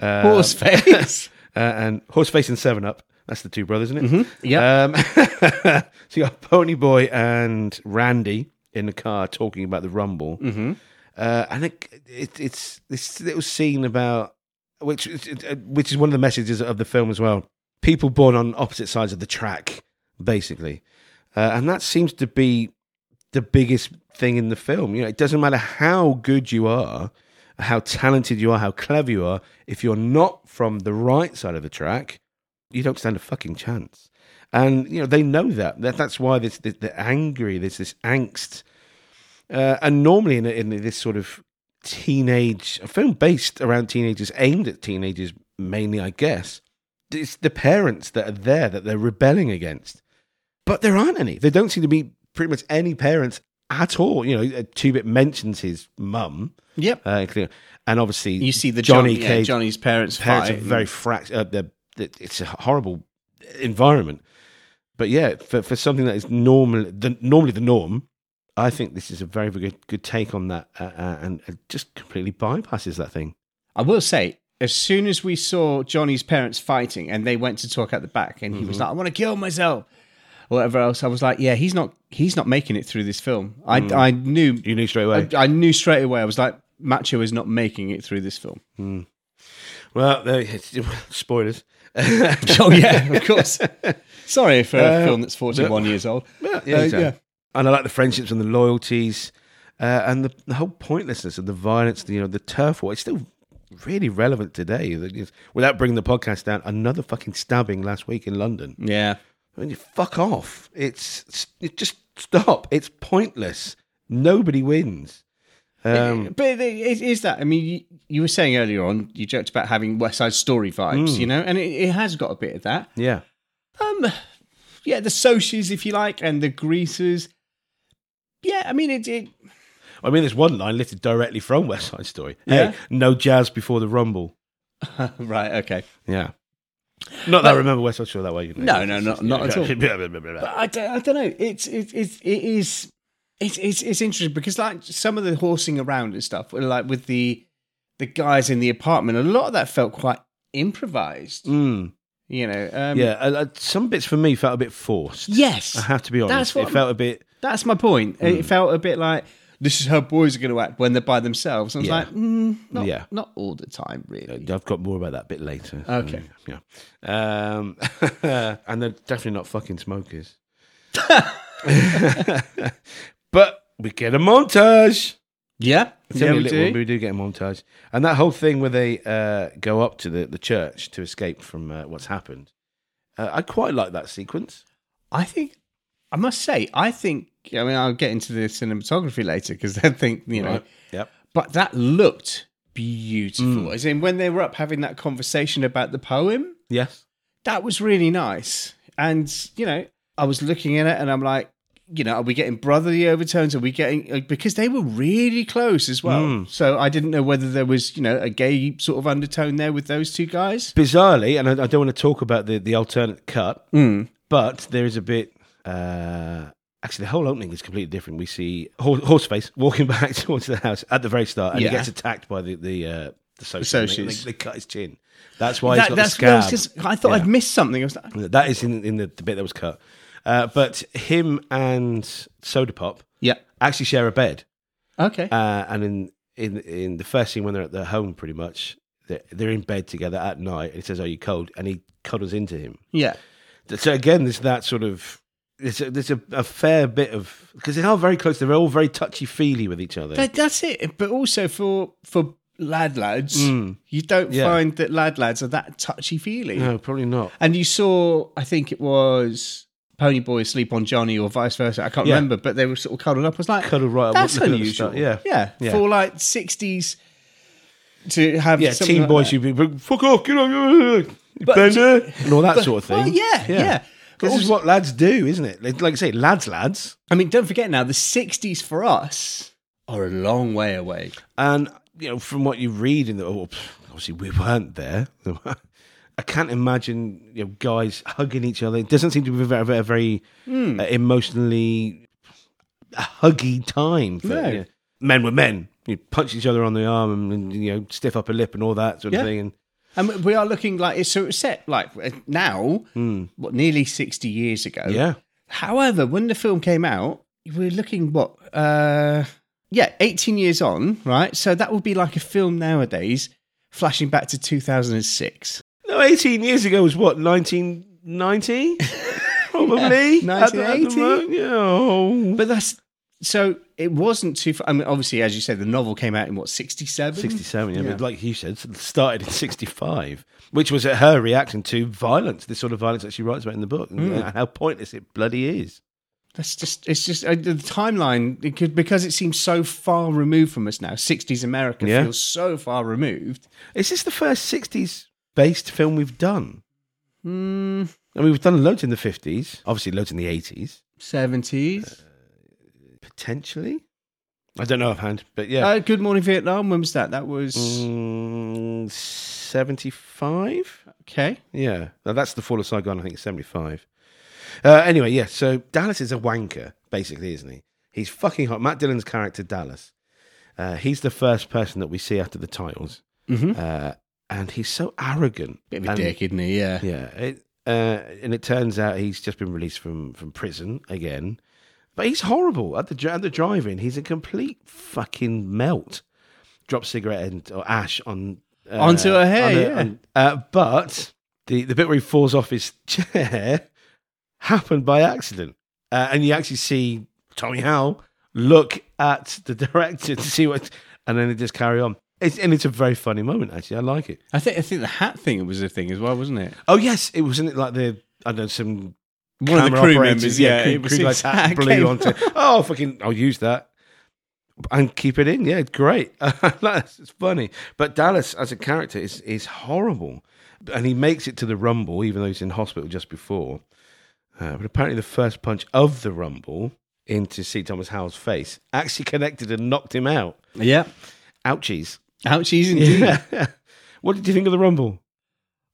uh, Horseface. uh, and Horseface and Seven Up. That's the two brothers, isn't it? Yeah. Um, so you got Pony Boy and Randy in the car talking about the Rumble, mm-hmm. uh, and it, it, it's this little scene about which is- it- uh, which is one of the messages of the film as well. People born on opposite sides of the track, basically, uh, and that seems to be the biggest thing in the film. You know, it doesn't matter how good you are, how talented you are, how clever you are, if you're not from the right side of the track, you don't stand a fucking chance. And you know they know that. that that's why there's the, the angry. There's this angst. Uh, and normally in a- in this sort of teenage a film based around teenagers, aimed at teenagers mainly, I guess. It's the parents that are there that they're rebelling against. But there aren't any. There don't seem to be pretty much any parents at all. You know, Two Bit mentions his mum, Yep. uh, including- and obviously You see the Johnny, Cage yeah, Johnny's parents. parents fight. are very fract. Uh, they're, they it's a horrible environment. But yeah, for, for something that is normal, the, normally the norm, I think this is a very, very good, good take on that, uh, uh, and it just completely bypasses that thing. I will say, as soon as we saw Johnny's parents fighting and they went to talk at the back, and he Mm-hmm. was like, "I want to kill myself," or whatever else, I was like, "Yeah, he's not. He's not making it through this film." I, Mm. I knew. You knew straight away. I, I knew straight away. I was like, "Macho is not making it through this film." well, there, spoilers. oh yeah, of course. Sorry for a film that's forty-one years old. Uh, Yeah, Uh, exactly. And I like the friendships and the loyalties, uh, and the, the whole pointlessness of the violence. You know, the turf war. It's still really relevant today. That is- Without bringing the podcast down, another fucking stabbing last week in London. yeah. I mean, fuck off. It's it just stop. It's pointless. Nobody wins. Um, but it is, is that. I mean, you, you were saying earlier on, you joked about having West Side Story vibes, Hmm. you know, and it, it has got a bit of that. yeah. Um, yeah, the socias, if you like, and the greasers. Yeah, I mean, it. it I mean, there's one line lifted directly from West Side Story. Yeah. Hey, no jazz before the rumble. right, okay. Yeah. Not that I remember West Side Story that way. You know. No, no, not- not at all. But I don't, I don't know. It's it, it's it is it's it's it's interesting because like some of the horsing around and stuff, like with the the guys in the apartment, a lot of that felt quite improvised. Mm. You know. Um, Yeah, uh, uh, some bits for me felt a bit forced. Yes. I have to be That's honest. what it felt a bit. That's my point. It felt a bit like this is how boys are going to act when they're by themselves. I was Yeah. like, mm, not, Yeah. not all the time, really. I've got more about that bit later. so, Okay. yeah. Um, and they're definitely not fucking smokers. but we get a montage. Yeah, It's only yeah, a we little do. one, but we do get a montage. And that whole thing where they uh, go up to the, the church to escape from uh, what's happened. Uh, I quite like that sequence. I think I must say, I think. I mean, I'll get into the cinematography later because I think you know. Right. Yep. But that looked beautiful. As in, when they were up having that conversation about the poem, Yes. that was really nice. And you know, I was looking at it and I'm like, you know, are we getting brotherly overtones? Are we getting like, because they were really close as well? Hmm. So I didn't know whether there was you know a gay sort of undertone there with those two guys. Bizarrely, and I, I don't want to talk about the, the alternate cut, Hmm. but there is a bit. Uh, actually, the whole opening is completely different. We see Hor- Horseface walking back towards the house at the very start, and Yeah. he gets attacked by the the, uh, the socials. socials. They, they cut his chin. That's why he's That, got that's the what I, scab. was just, I thought I'd missed something. I was like, That is in, in the, the bit that was cut. Uh, but him and Soda Pop yeah, actually share a bed. okay, Uh, and in, in in the first scene when they're at their home, pretty much, they're, they're in bed together at night. And he says, Are you cold? And he cuddles into him. yeah, So again, there's that sort of. There's a, there's a, a fair bit of. Because they are very close. They're all very touchy feely with each other. but that's it. But also for for lad lads, you don't Hmm. Yeah. find that lad lads are that touchy feely. No, probably not. And you saw, I think it was Pony Boy sleep on Johnny or vice versa. I can't Yeah. remember, but they were sort of cuddled up. I was like, Cuddled right up, That's looking at the unusual. start, yeah. yeah, Yeah. for like sixties to have Yeah, something teen like boys, that. you'd be like, fuck off, get on, But- bender, and all that sort of thing. Well, yeah, yeah. But This is also- what lads do, isn't it? Like, like I say, lads, lads. I mean, don't forget now, the sixties for us are a long way away. And, you know, from what you read in the, oh, pff, obviously we weren't there. I can't imagine, you know, guys hugging each other. It doesn't seem to be a very, very, very Hmm. uh, emotionally huggy time. For, No. you know, men were men. You punch each other on the arm and, and, you know, stiff up a lip and all that sort Yeah. of thing. And And we are looking like it's sort of set like uh, now, Hmm. what nearly sixty years ago. yeah. However, when the film came out, we are looking what? Uh, yeah, 18 years on, right? So that would be like a film nowadays, flashing back to 2006. No, 18 years ago was what, 1990? Probably. Yeah, At the- at the 1980. moment, Yeah. oh. But that's so it wasn't too. I mean, obviously, as you said, the novel came out in what 67. 67, yeah, Yeah. But like you said, started in 65, which was her reaction to violence, this sort of violence that she writes about in the book, and how pointless it bloody is. That's just it's just uh, the timeline it could, because it seems so far removed from us now. 60s America Yeah. feels so far removed. Is this the first 60s based film we've done? Hmm, I mean, we've done loads in the 50s, obviously loads in the 80s, 70s. potentially. I don't know offhand, but yeah. Uh, Good Morning Vietnam. When was that? That was Mm, 75? okay. Yeah, Now, that's the fall of Saigon. I think it's seventy-five. Uh, anyway, yeah. So Dallas is a wanker, basically, isn't he? He's fucking hot. Matt Dillon's character Dallas. Uh, he's the first person that we see after the titles, Mhm. uh, and he's so arrogant. Bit of a and, dick, isn't he? Yeah. Yeah, it, uh, and it turns out he's just been released from from prison again, but he's horrible at the dri- at the driving. He's a complete fucking melt. Drops cigarette and or ash on uh, Onto her hair, on yeah. on- uh, but the the bit where he falls off his chair happened by accident, uh, and you actually see Tommy Howell look at the director to see what, and then they just carry on. It's, and it's a very funny moment, actually. I like it. I think I think the hat thing was a thing as well, wasn't it? Oh yes, it wasn't it like the I don't know some One camera operators, crew, it was crew guys hat exact- blew onto. Oh fucking! I'll use that and keep it in. Yeah, great. That's- it's funny, but Dallas as a character is is horrible, and he makes it to the Rumble even though he's in hospital just before. Uh, but apparently, the first punch of the Rumble into C. Thomas Howell's face actually connected and knocked him out. Yeah, Ouchies! ouchies indeed. Yeah. what did you think of the Rumble?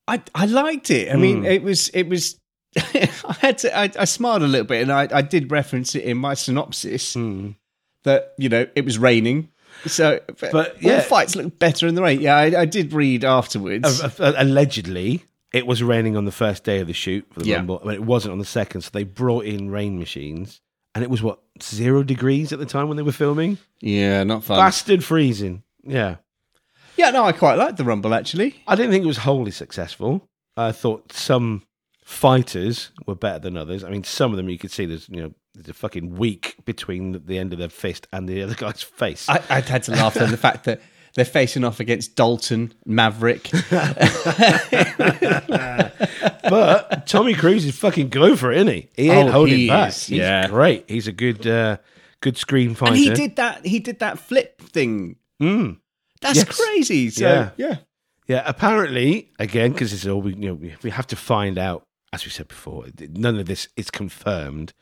I I liked it. I mean, it was it was. I had to. I, I smiled a little bit, and I, I did reference it in my synopsis that you know it was raining, so But, all yeah. fights looked better in the rain. Yeah, I, I did read afterwards. A- a- uh, allegedly it was raining on the first day of the shoot for the Yeah. rumble but it wasn't on the second so they brought in rain machines and it was what zero degrees at the time when they were Um, filming yeah, not fun. bastard freezing yeah yeah, no, I quite liked the rumble actually. i didn't think it was wholly successful i thought some fighters were better than others i mean some of them you could see there's you know there's a fucking week between the end of their fist and the other guy's face I, I had to laugh at the fact that they're facing off against Dalton Maverick. But Tommy Cruise is fucking go for it, isn't he? He ain't Oh, holding he back. is, He's yeah. great. He's a good uh, good screen fighter. and he did that. He did that flip thing. Mm. That's Yes. crazy. So, Yeah. yeah. Yeah, apparently, again, because it's all we you know, we, we have to find out. As we said before, th- none of this is confirmed.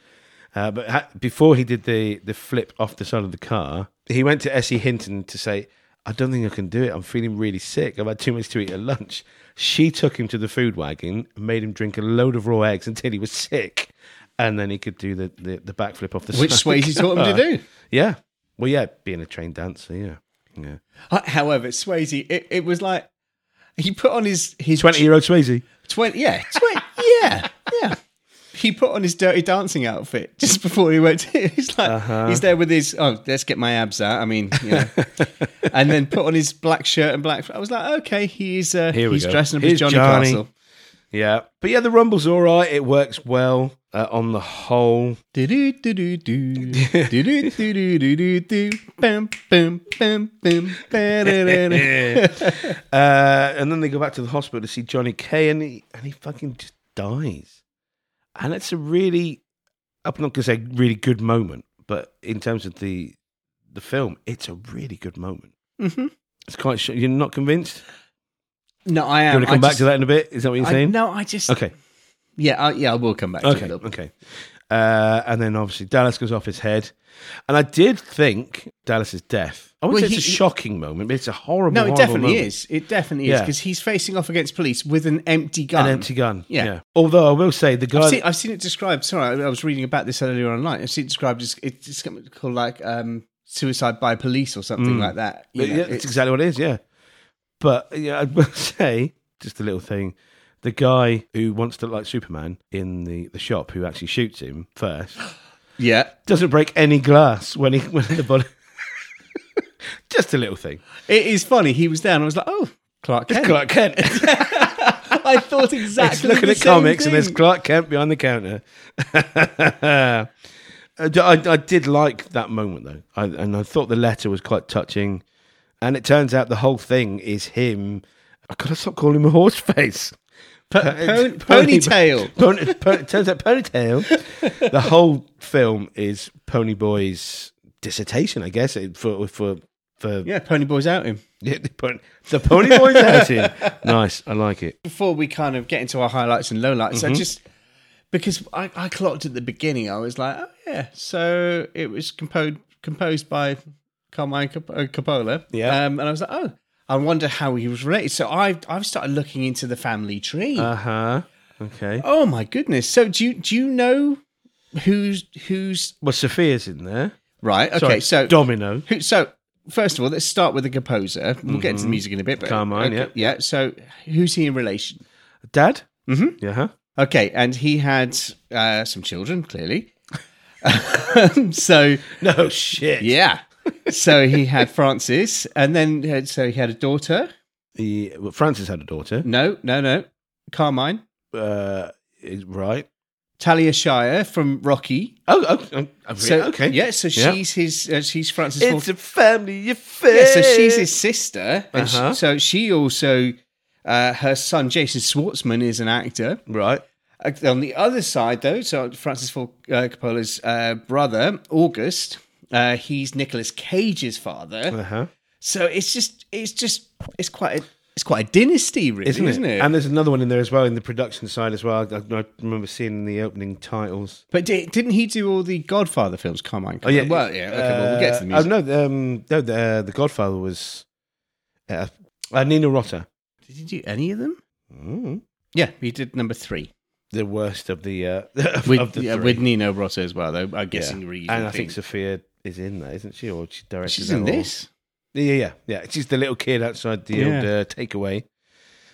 Uh, but ha- before he did the the flip off the side of the car, he went to Essie Hinton to say, "I don't think I can do it. I'm feeling really sick. I've had too much to eat at lunch." She took him to the food wagon, and made him drink a load of raw eggs until he was sick, and then he could do the the, the backflip off the Which side of the Swayze taught him to car. do. Yeah, well, yeah, being a trained dancer, yeah, yeah. Uh, However, Swayze, it, it was like he put on his his Twenty year old Swayze. 20 yeah, 20, yeah, yeah. He put on his dirty dancing outfit just before he went. To, he's like, he's there with his, oh, let's get my abs out. I mean, you know. and then put on his black shirt and black. I was like, okay, he's uh, Here we he's go. dressing up Here's as Johnny, Johnny. Castle. Yeah, but yeah, the rumble's all right. It works well uh, on the whole. Do-do-do-do-do. Do-do-do-do-do-do. Bam, bam, bam, bam, ba-da-da-da. Uh, and then they go back to the hospital to see Johnny Kay, and he, and he fucking just dies. And it's a really, I'm not going to say really good moment, but in terms of the the film, it's a really good moment. Mhm. It's quite. Sure. You're not convinced? No, I am. you want to come Um, I back just- to that in a bit? Is that what you're I- saying? No, I just. Okay. Yeah, I, yeah, I will come back to it a Okay. little bit. Okay. Uh, and then obviously Dallas goes off his head, and I did think Dallas's death. I wouldn't Well, say it's he- a shocking moment, but it's a horrible. No, it horrible definitely moment. is. It definitely is Yeah. because he's facing off against police with an empty gun. An empty gun. Um, Yeah. Although I will say the guy. I've seen, I've seen it described. Sorry, I I was reading about this earlier online. I've seen it described as it's it's something called like um, suicide by police or something like that. You know, Mm. yeah, it's- that's exactly what it is. Yeah. But yeah, I will say just a little thing. The guy who wants to look like Superman in the, the shop, who actually shoots him first, yeah. doesn't break any glass when he when the bullet. just a little thing. It is funny. He was there, and I was like, "Oh, Clark Kent." Clark Kent. I thought It's exactly. looking the at same comics and there's thing. Clark Kent behind the counter. I, I did like that moment though, I, and I thought the letter was quite touching. And it turns out the whole thing is him. oh I gotta stop calling him a horse face. Uh, pon- ponytail. Pony, pon- turns out ponytail. the whole film is Pony Boy's dissertation, I guess, for for for yeah, Pony Boy's out him. yeah, the pon- the Pony Boy's outing. Nice, I like it. Before we kind of get into our highlights and lowlights, Mm-hmm. I just because I, I clocked at the beginning, I was like, "Oh yeah." So it was composed composed by Carmine Cap- uh, Coppola. Yeah. um, and I was like, "Oh." I wonder how he was related. So I've I've started looking into the family tree. Uh huh. Okay. Oh my goodness! So do you do you know who's who's Well, Sophia's in there. right? Okay, Sorry, so Domino. who, so first of all, let's start with the composer. We'll get Mm-hmm. to the music in a bit. But, Carmine, okay, yeah. So who's he in relation? Dad? Mm-hmm. Yeah. huh? Okay, and he had uh, some children clearly. Um, so No shit. yeah, so he had Francis, and then uh, so he had a daughter. He, well, Francis had a daughter. No, no, no, Carmine. Uh, is- right. Talia Shire from Rocky. Oh, oh, oh, oh, So, yeah, okay. Yeah, so Yeah. she's his. Uh, she's Francis. Ford It's a family affair. Yeah, so she's his sister, and sh Uh-huh. so she also uh, her son Jason Schwartzman is an actor. Right. Uh, On the other side, though, so Francis Ford uh, Coppola's uh, brother August, uh, he's Nicolas Cage's father. Uh-huh. So it's just, it's just, it's quite, a, it's quite a dynasty, really, isn't, it? And there's another one in there as well, in the production side as well. I, I remember seeing the opening titles. but di- didn't he do all the Godfather films? Carmine. Oh, yeah. Well, yeah. Okay, well, we'll get to the Uh, music. Oh, no. Um, no the, uh, the Godfather was uh, uh, Nina Rotter. Did he do any of them? Mm. Yeah, he did number three The worst of the, uh, of, with, of the yeah, three. with Nino Rotto as well, though. I'm guessing reusing and I think things. Sophia is in there, isn't she? Or she directed. She's it in or- this. Yeah, yeah, yeah, yeah. She's the little kid outside the Yeah. old uh, takeaway.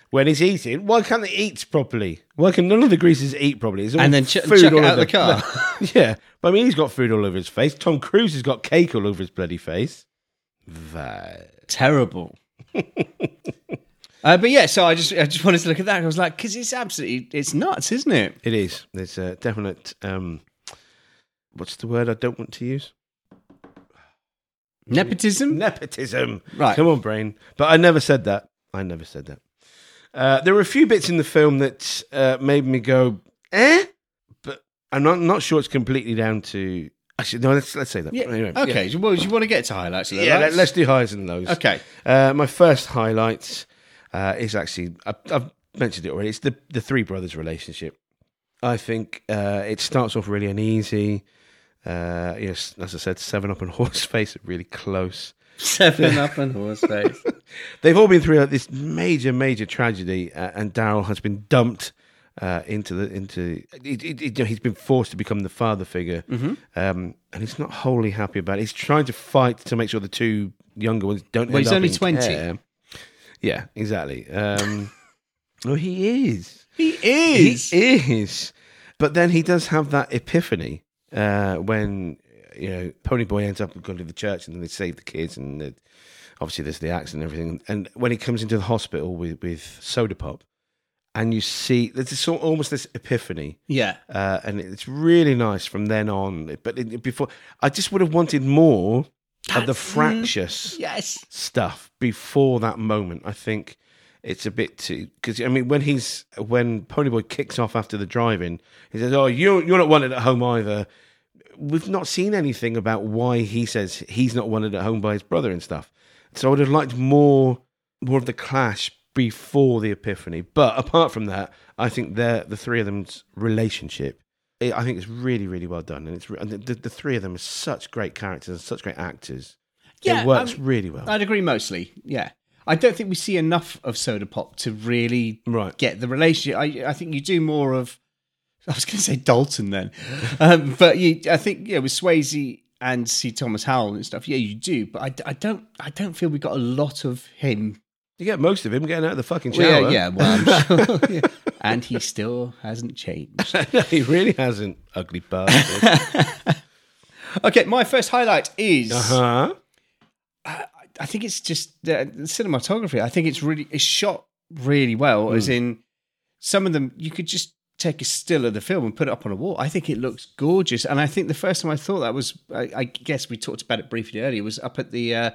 When he's eating, why can't they eat properly? Why can none of the greasers eat properly? It's all and then ch- food chuck all it out over of the car. yeah, but I mean, he's got food all over his face. Tom Cruise has got cake all over his bloody face. That. Terrible. uh, but yeah, so I just I just wanted to look at that. I was like, because it's absolutely it's nuts, isn't it? It is. There's a definite. Um, what's the word I don't want to use? Nepotism. Nepotism. Right. Come on, brain. But I never said that. I never said that. Uh, there were a few bits in the film that uh, made me go, eh? But I'm not, not sure it's completely down to. Actually, no, let's, let's say that. Anyway, okay. Yeah, Well, do you want to get to highlights? Of that, Yeah, right? let, us do highs and lows. Okay. Uh, my first highlight uh, is actually, I, I've mentioned it already, it's the, the three brothers relationship. I think uh, it starts off really uneasy. Uh, yes, as I said, Seven Up and Horseface are really close. Seven up and horse face. They've all been through like, this major, major tragedy, uh, and Daryl has been dumped uh, into the into. He, he, he- he's been forced to become the father figure, Mm-hmm. um, and he's not wholly happy about it. He's trying to fight to make sure the two younger ones don't. Well, end he's up only in 20. care. Yeah, exactly. Um, no, he is. He is. He is. But then he does have that epiphany uh, when you know Ponyboy ends up going to the church and they save the kids and the, obviously there's the axe and everything. And when he comes into the hospital with with Soda Pop, and you see there's this, sort- almost this epiphany. Yeah. Uh, and it's really nice from then on. But it, before, I just would have wanted more of the fractious Yes. stuff before that moment. I think it's a bit too because I mean when he's when Ponyboy kicks off after the driving, he says, "Oh, you you're not wanted at home either." We've not seen anything about why he says he's not wanted at home by his brother and stuff. So I would have liked more more of the clash before the epiphany. But apart from that, I think they're the three of them's relationship. I I think it's really, really well done, and it's re- and the, the three of them are such great characters and such great actors. Yeah, it works um, really well. I'd agree mostly. Yeah. I don't think we see enough of Soda Pop to really Right. get the relationship. I, I think you do more of. I was going to say Dalton then, um, but you, I think yeah, with Swayze and see Thomas Howell and stuff. Yeah, you do, but I, I don't. I don't feel we got a lot of him. You get most of him getting out of the fucking shower. Well, yeah, yeah. Well, I'm sure. yeah. And he still hasn't changed. no, he really hasn't. Ugly bastard. Okay, my first highlight is. huh? I think it's just the, the cinematography. I think it's really it's shot really well. As in, some of them you could just take a still of the film and put it up on a wall. I think it looks gorgeous. And I think the first time I thought that was, I, I guess we talked about it briefly earlier, was up at the uh,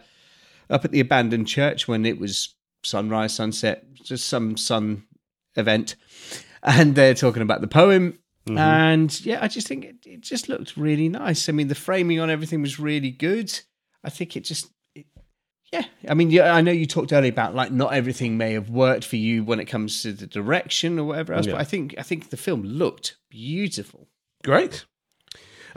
up at the abandoned church when it was sunrise, sunset, just some sun event, and they're talking about the poem. And yeah, I just think it, it just looked really nice. I mean, the framing on everything was really good. I think it just yeah, I mean, yeah, I know you talked earlier about like not everything may have worked for you when it comes to the direction or whatever else, Yeah. but I think I think the film looked beautiful. Great.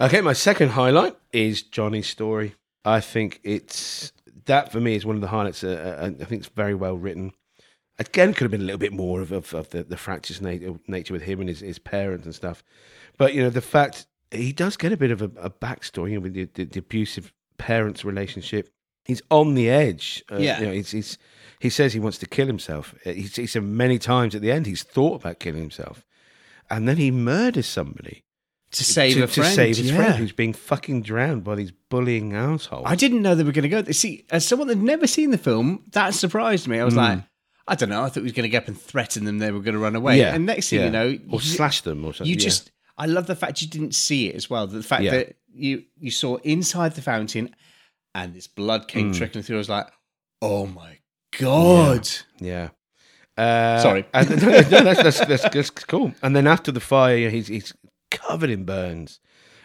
Okay, my second highlight is Johnny's story. I think it's that for me is one of the highlights. Uh, uh, I think it's very well written. Again, could have been a little bit more of, of, of the, the fractious na- nature with him and his, his parents and stuff. But, you know, the fact he does get a bit of a, a backstory you know, with the, the, the abusive parents' relationship. He's on the edge. Uh, Yeah. You know, he's, he's, he says he wants to kill himself. Uh, He's, he said many times at the end he's thought about killing himself. And then he murders somebody To save to, a to friend, save his yeah. friend who's being fucking drowned by these bullying assholes. I didn't know they were going to go. See, as someone that had never seen the film, that surprised me. I Hmm. was like, I don't know. I thought he was going to go up and threaten them. They were going to run away. And next thing yeah. you know, or you- slash them or something. you yeah. just i love the fact you didn't see it as well the fact Yeah. that you you saw inside the fountain and this blood came Hmm. trickling through i was like oh my god yeah. Uh, Sorry. and- no, no, that's, that's, that's, that's cool. And then after the fire, you know, he's he's covered in burns,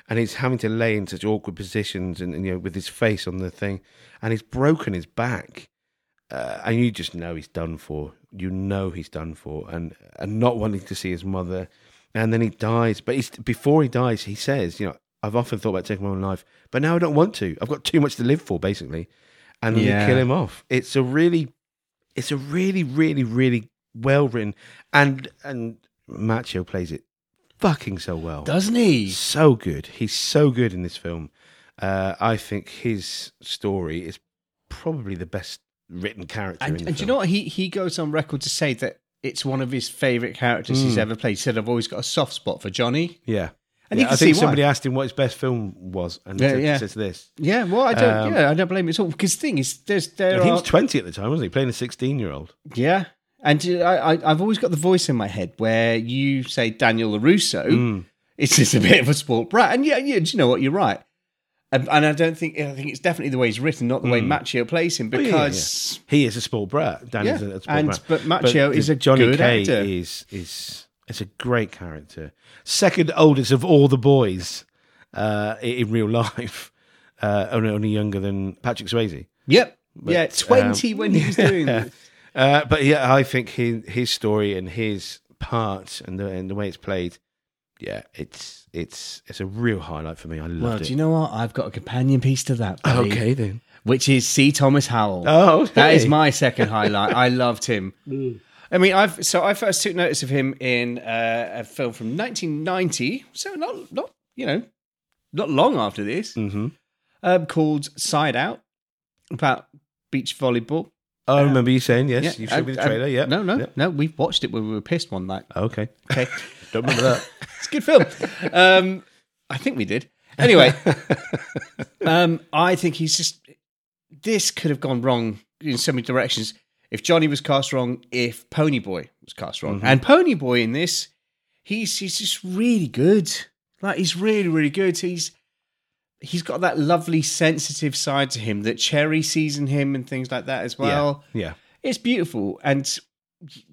and he's having to lay in such awkward positions, and, and, you know with his face on the thing, and he's broken his back, uh, and you just know he's done for. You know he's done for, and and not wanting to see his mother, and then he dies. But he's, before he dies, he says, you know, I've often thought about taking my own life, but now I don't want to. I've got too much to live for, basically. And then Yeah. they kill him off. It's a really it's a really, really, really well written and and Macho plays it fucking so well. doesn't he So good. He's so good in this film. Uh, I think his story is probably the best written character and, in the and do you film. know what he he goes on record to say that it's one of his favorite characters he's ever played he said i've always got a soft spot for johnny Yeah. And Yeah, you can I think see why. somebody asked him what his best film was and Yeah, he said, yeah. says this. yeah well i don't Um, yeah i don't blame him at all because the thing is there's there And he are was 20 at the time, wasn't he? Playing a 16 year old. yeah and uh, I, I, I've always got the voice in my head where you say Daniel LaRusso, Hmm. it's just a bit of a sport brat. And yeah, yeah do you know what? You're right. And, and I don't think I think it's definitely the way he's written, not the way Machio plays him, Hmm. Oh, yeah, yeah, because He is a sport brat. Dan Yeah, is a, a sport and- brat. but Macchio the is a Johnny good Kay actor. Is is is a great character. Second oldest of all the boys uh, i- in real life. Uh, only, only younger than Patrick Swayze. yep, yeah, um, twenty when he was doing this. Uh, but yeah, I think his his story and his part and the and the way it's played yeah, it's it's it's a real highlight for me. I loved Well, it. do you know what? I've got a companion piece to that. buddy, okay then. Which is C. Thomas Howell. Oh, okay. Mm. That is my second highlight. I loved him. I mean, I've so I first took notice of him in uh, a film from 1990, so not not you know not long after this, Mm-hmm. um, called Side Out about beach volleyball. Oh, I remember you saying yes. Yeah, you showed me the I- I- trailer. yeah. No, no, Yeah. no. We watched it when we were pissed one night. Okay. Okay, Don't remember that. it's a good film. Um, I think we did. Anyway, um, I think he's just. This could have gone wrong in so many directions. If Johnny was cast wrong, if Ponyboy was cast wrong, and Ponyboy in this, he's he's just really good. Like he's really really good. He's he's got that lovely sensitive side to him that Cherry sees in him and things like that as well yeah. it's beautiful and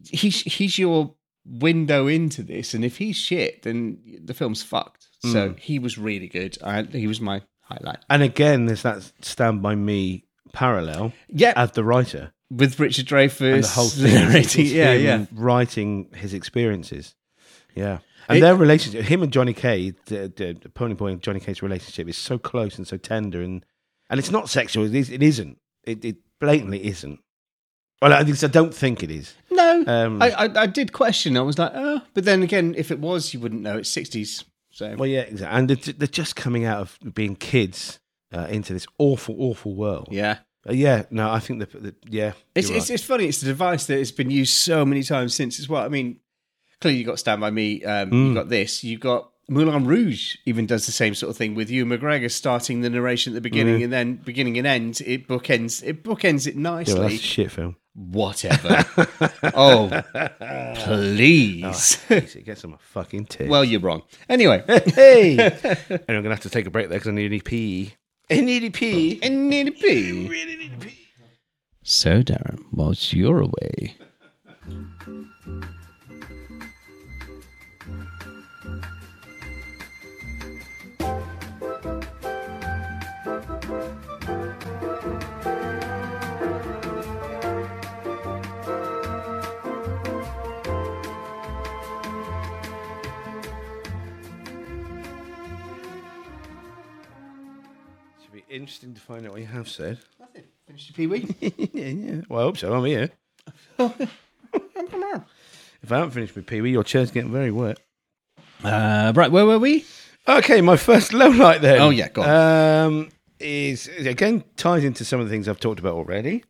he's he's your window into this and if he's shit then the film's fucked so Hmm. he was really good I, he was my highlight And again, there's that Stand By Me parallel yeah as the writer. with richard dreyfuss And the whole thing. is- narrating. is yeah him yeah Writing his experiences. Yeah. And It- their relationship, him and Johnny K, the, the, the Pony Boy and Johnny K's relationship is so close and so tender. And, and it's not sexual. It, is, it isn't. It, it blatantly isn't. Well, I, think- I don't think it is. no Um, I, I i did question i was like oh but then again if it was you wouldn't know it's 60s so Well, yeah, exactly. And they're, they're just coming out of being kids uh, into this awful, awful world. yeah Uh, yeah, no, I think the, the yeah, It's, you're it's, right. it's funny. It's a device that has been used so many times since as well. I mean, clearly you got Stand by Me. Um, Mm. You got this. You got Moulin Rouge. Even does the same sort of thing with you, McGregor, starting the narration at the beginning and then beginning and end. It bookends. It bookends it yeah, well, nicely. that's a shit film. Whatever. oh, please. Jeez, it gets on my fucking tits. well, you're wrong. Anyway, hey, and I'm gonna have to take a break there because I need E. a pee. I need a pee. NDP. Really need a pee. So, Darren, whilst you're away. Should be interesting to find out what you have said. Nothing. Finished your pee wee? yeah, yeah. Well, I hope so. I'm here. Come on. If I haven't finished my pee wee, your chair's getting very wet. Uh, right, where were we? Okay, my first low light then. Oh, yeah, go Um, is again ties into some of the things I've talked about already.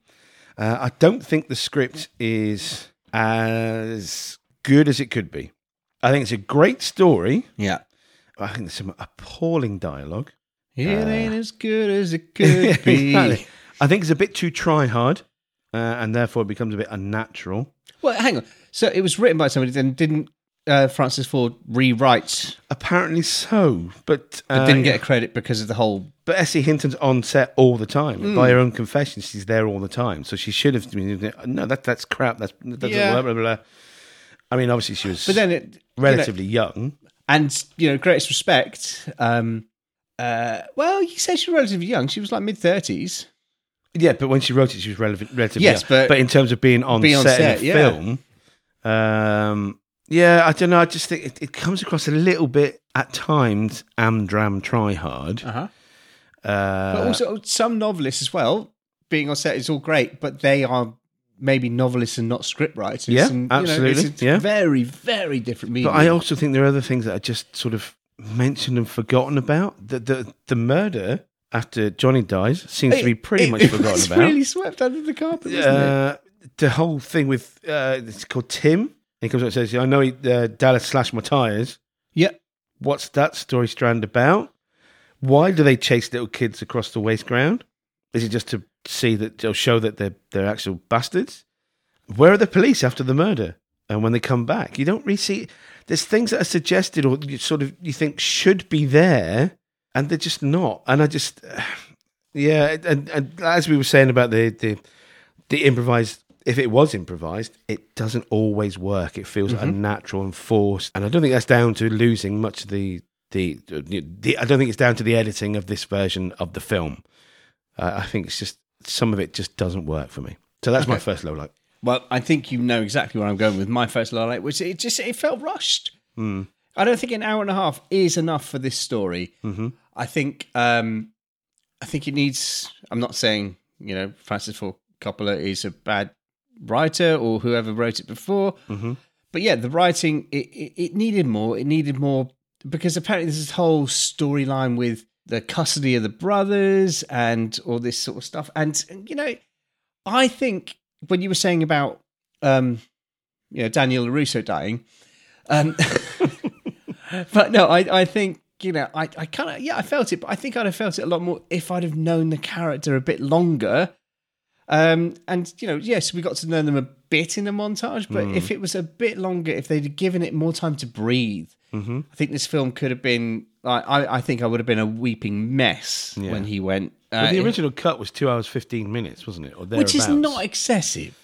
Uh, I don't think the script is as good as it could be. I think it's a great story. Yeah. I think there's some appalling dialogue. It ain't as good as it could be. Uh, Exactly. I think it's a bit too try hard, uh, and therefore it becomes a bit unnatural. Well, hang on. So it was written by somebody, then didn't uh, Francis Ford rewrite? Apparently so, but, uh, didn't get a credit because of the whole. But Essie Hinton's on set all the time. By her own confession, she's there all the time. So she should have been, no, that, that's crap. That's, that doesn't Yeah. work, blah, blah, blah. I mean, obviously, she was But then it you know, relatively young. and you know, greatest respect. Um, uh, well, you said she was relatively young. She was like mid thirties. Yeah, but when she wrote it, she was relevant, relatively Yes, young. but- in terms of being on Being on set, set, in a yeah. film, um, yeah, I don't know. I just think it, it comes across a little bit at times amdram try hard. Uh-huh. Uh, But also, some novelists as well. Being on set is all great, but they are maybe novelists and not script writers. Yeah, and, absolutely, it's a yeah. very, very different medium. But I also think there are other things that are just sort of mentioned and forgotten about. The the, the murder after Johnny dies seems to be pretty It- much it forgotten was about. Really swept under the carpet. Isn't it? uh, the whole thing with uh, it's called Tim. And he comes up and says, "I know he, uh, Dallas slashed my tires. Yeah. What's that story strand about? Why do they chase little kids across the waste ground? Is it just to see that or show that they're they're actual bastards? Where are the police after the murder? And when they come back, you don't really see. There's things that are suggested or you sort of you think should be there, and they're just not. And I just, yeah. And, and as we were saying about the the the improvised, if it was improvised, it doesn't always work. It Mm-hmm. feels unnatural and forced. And I don't think that's down to losing much of the the, the I don't think it's down to the editing of this version of the film. Uh, I think it's just some of it just doesn't work for me. So that's my first low light. Well, I think you know exactly where I'm going with my first lowlight, which it just it felt rushed. I don't think an hour and a half is enough for this story. I think um, I think it needs. I'm not saying you know Francis Ford Coppola is a bad writer or whoever wrote it before, but yeah, the writing it, it, it needed more. It needed more because apparently there's this whole storyline with the custody of the brothers and all this sort of stuff. And you know, I think when you were saying about um, you know Daniel Larusso dying, um, but no, I, I think you know I, I kind of yeah I felt it, but I think I'd have felt it a lot more if I'd have known the character a bit longer. Um, and you know, yes, we got to know them a bit in the montage, but if it was a bit longer, if they'd have given it more time to breathe, I think this film could have been. I, I, I think I would have been a weeping mess when he went. Uh, the in- original cut was two hours fifteen minutes, wasn't it? Or which is thereabouts. not excessive.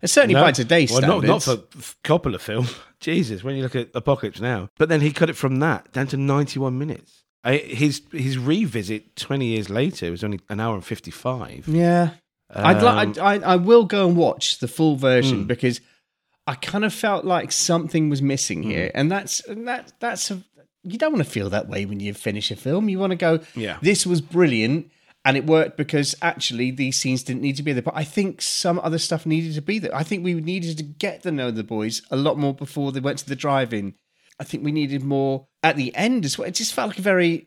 And certainly No. by today's well, not, standards. not for f- Coppola film. Jesus, when you look at Apocalypse now, but then he cut it from that down to ninety-one minutes. I, his his revisit twenty years later was only an hour and fifty-five. Yeah, I'd like. I, I will go and watch the full version because I kind of felt like something was missing here, and that's and that that's a, you don't want to feel that way when you finish a film. You want to go, Yeah. this was brilliant. And it worked because actually these scenes didn't need to be there, but I think some other stuff needed to be there. I think we needed to get to know the boys a lot more before they went to the drive-in. I think we needed more at the end as well. It just felt like a very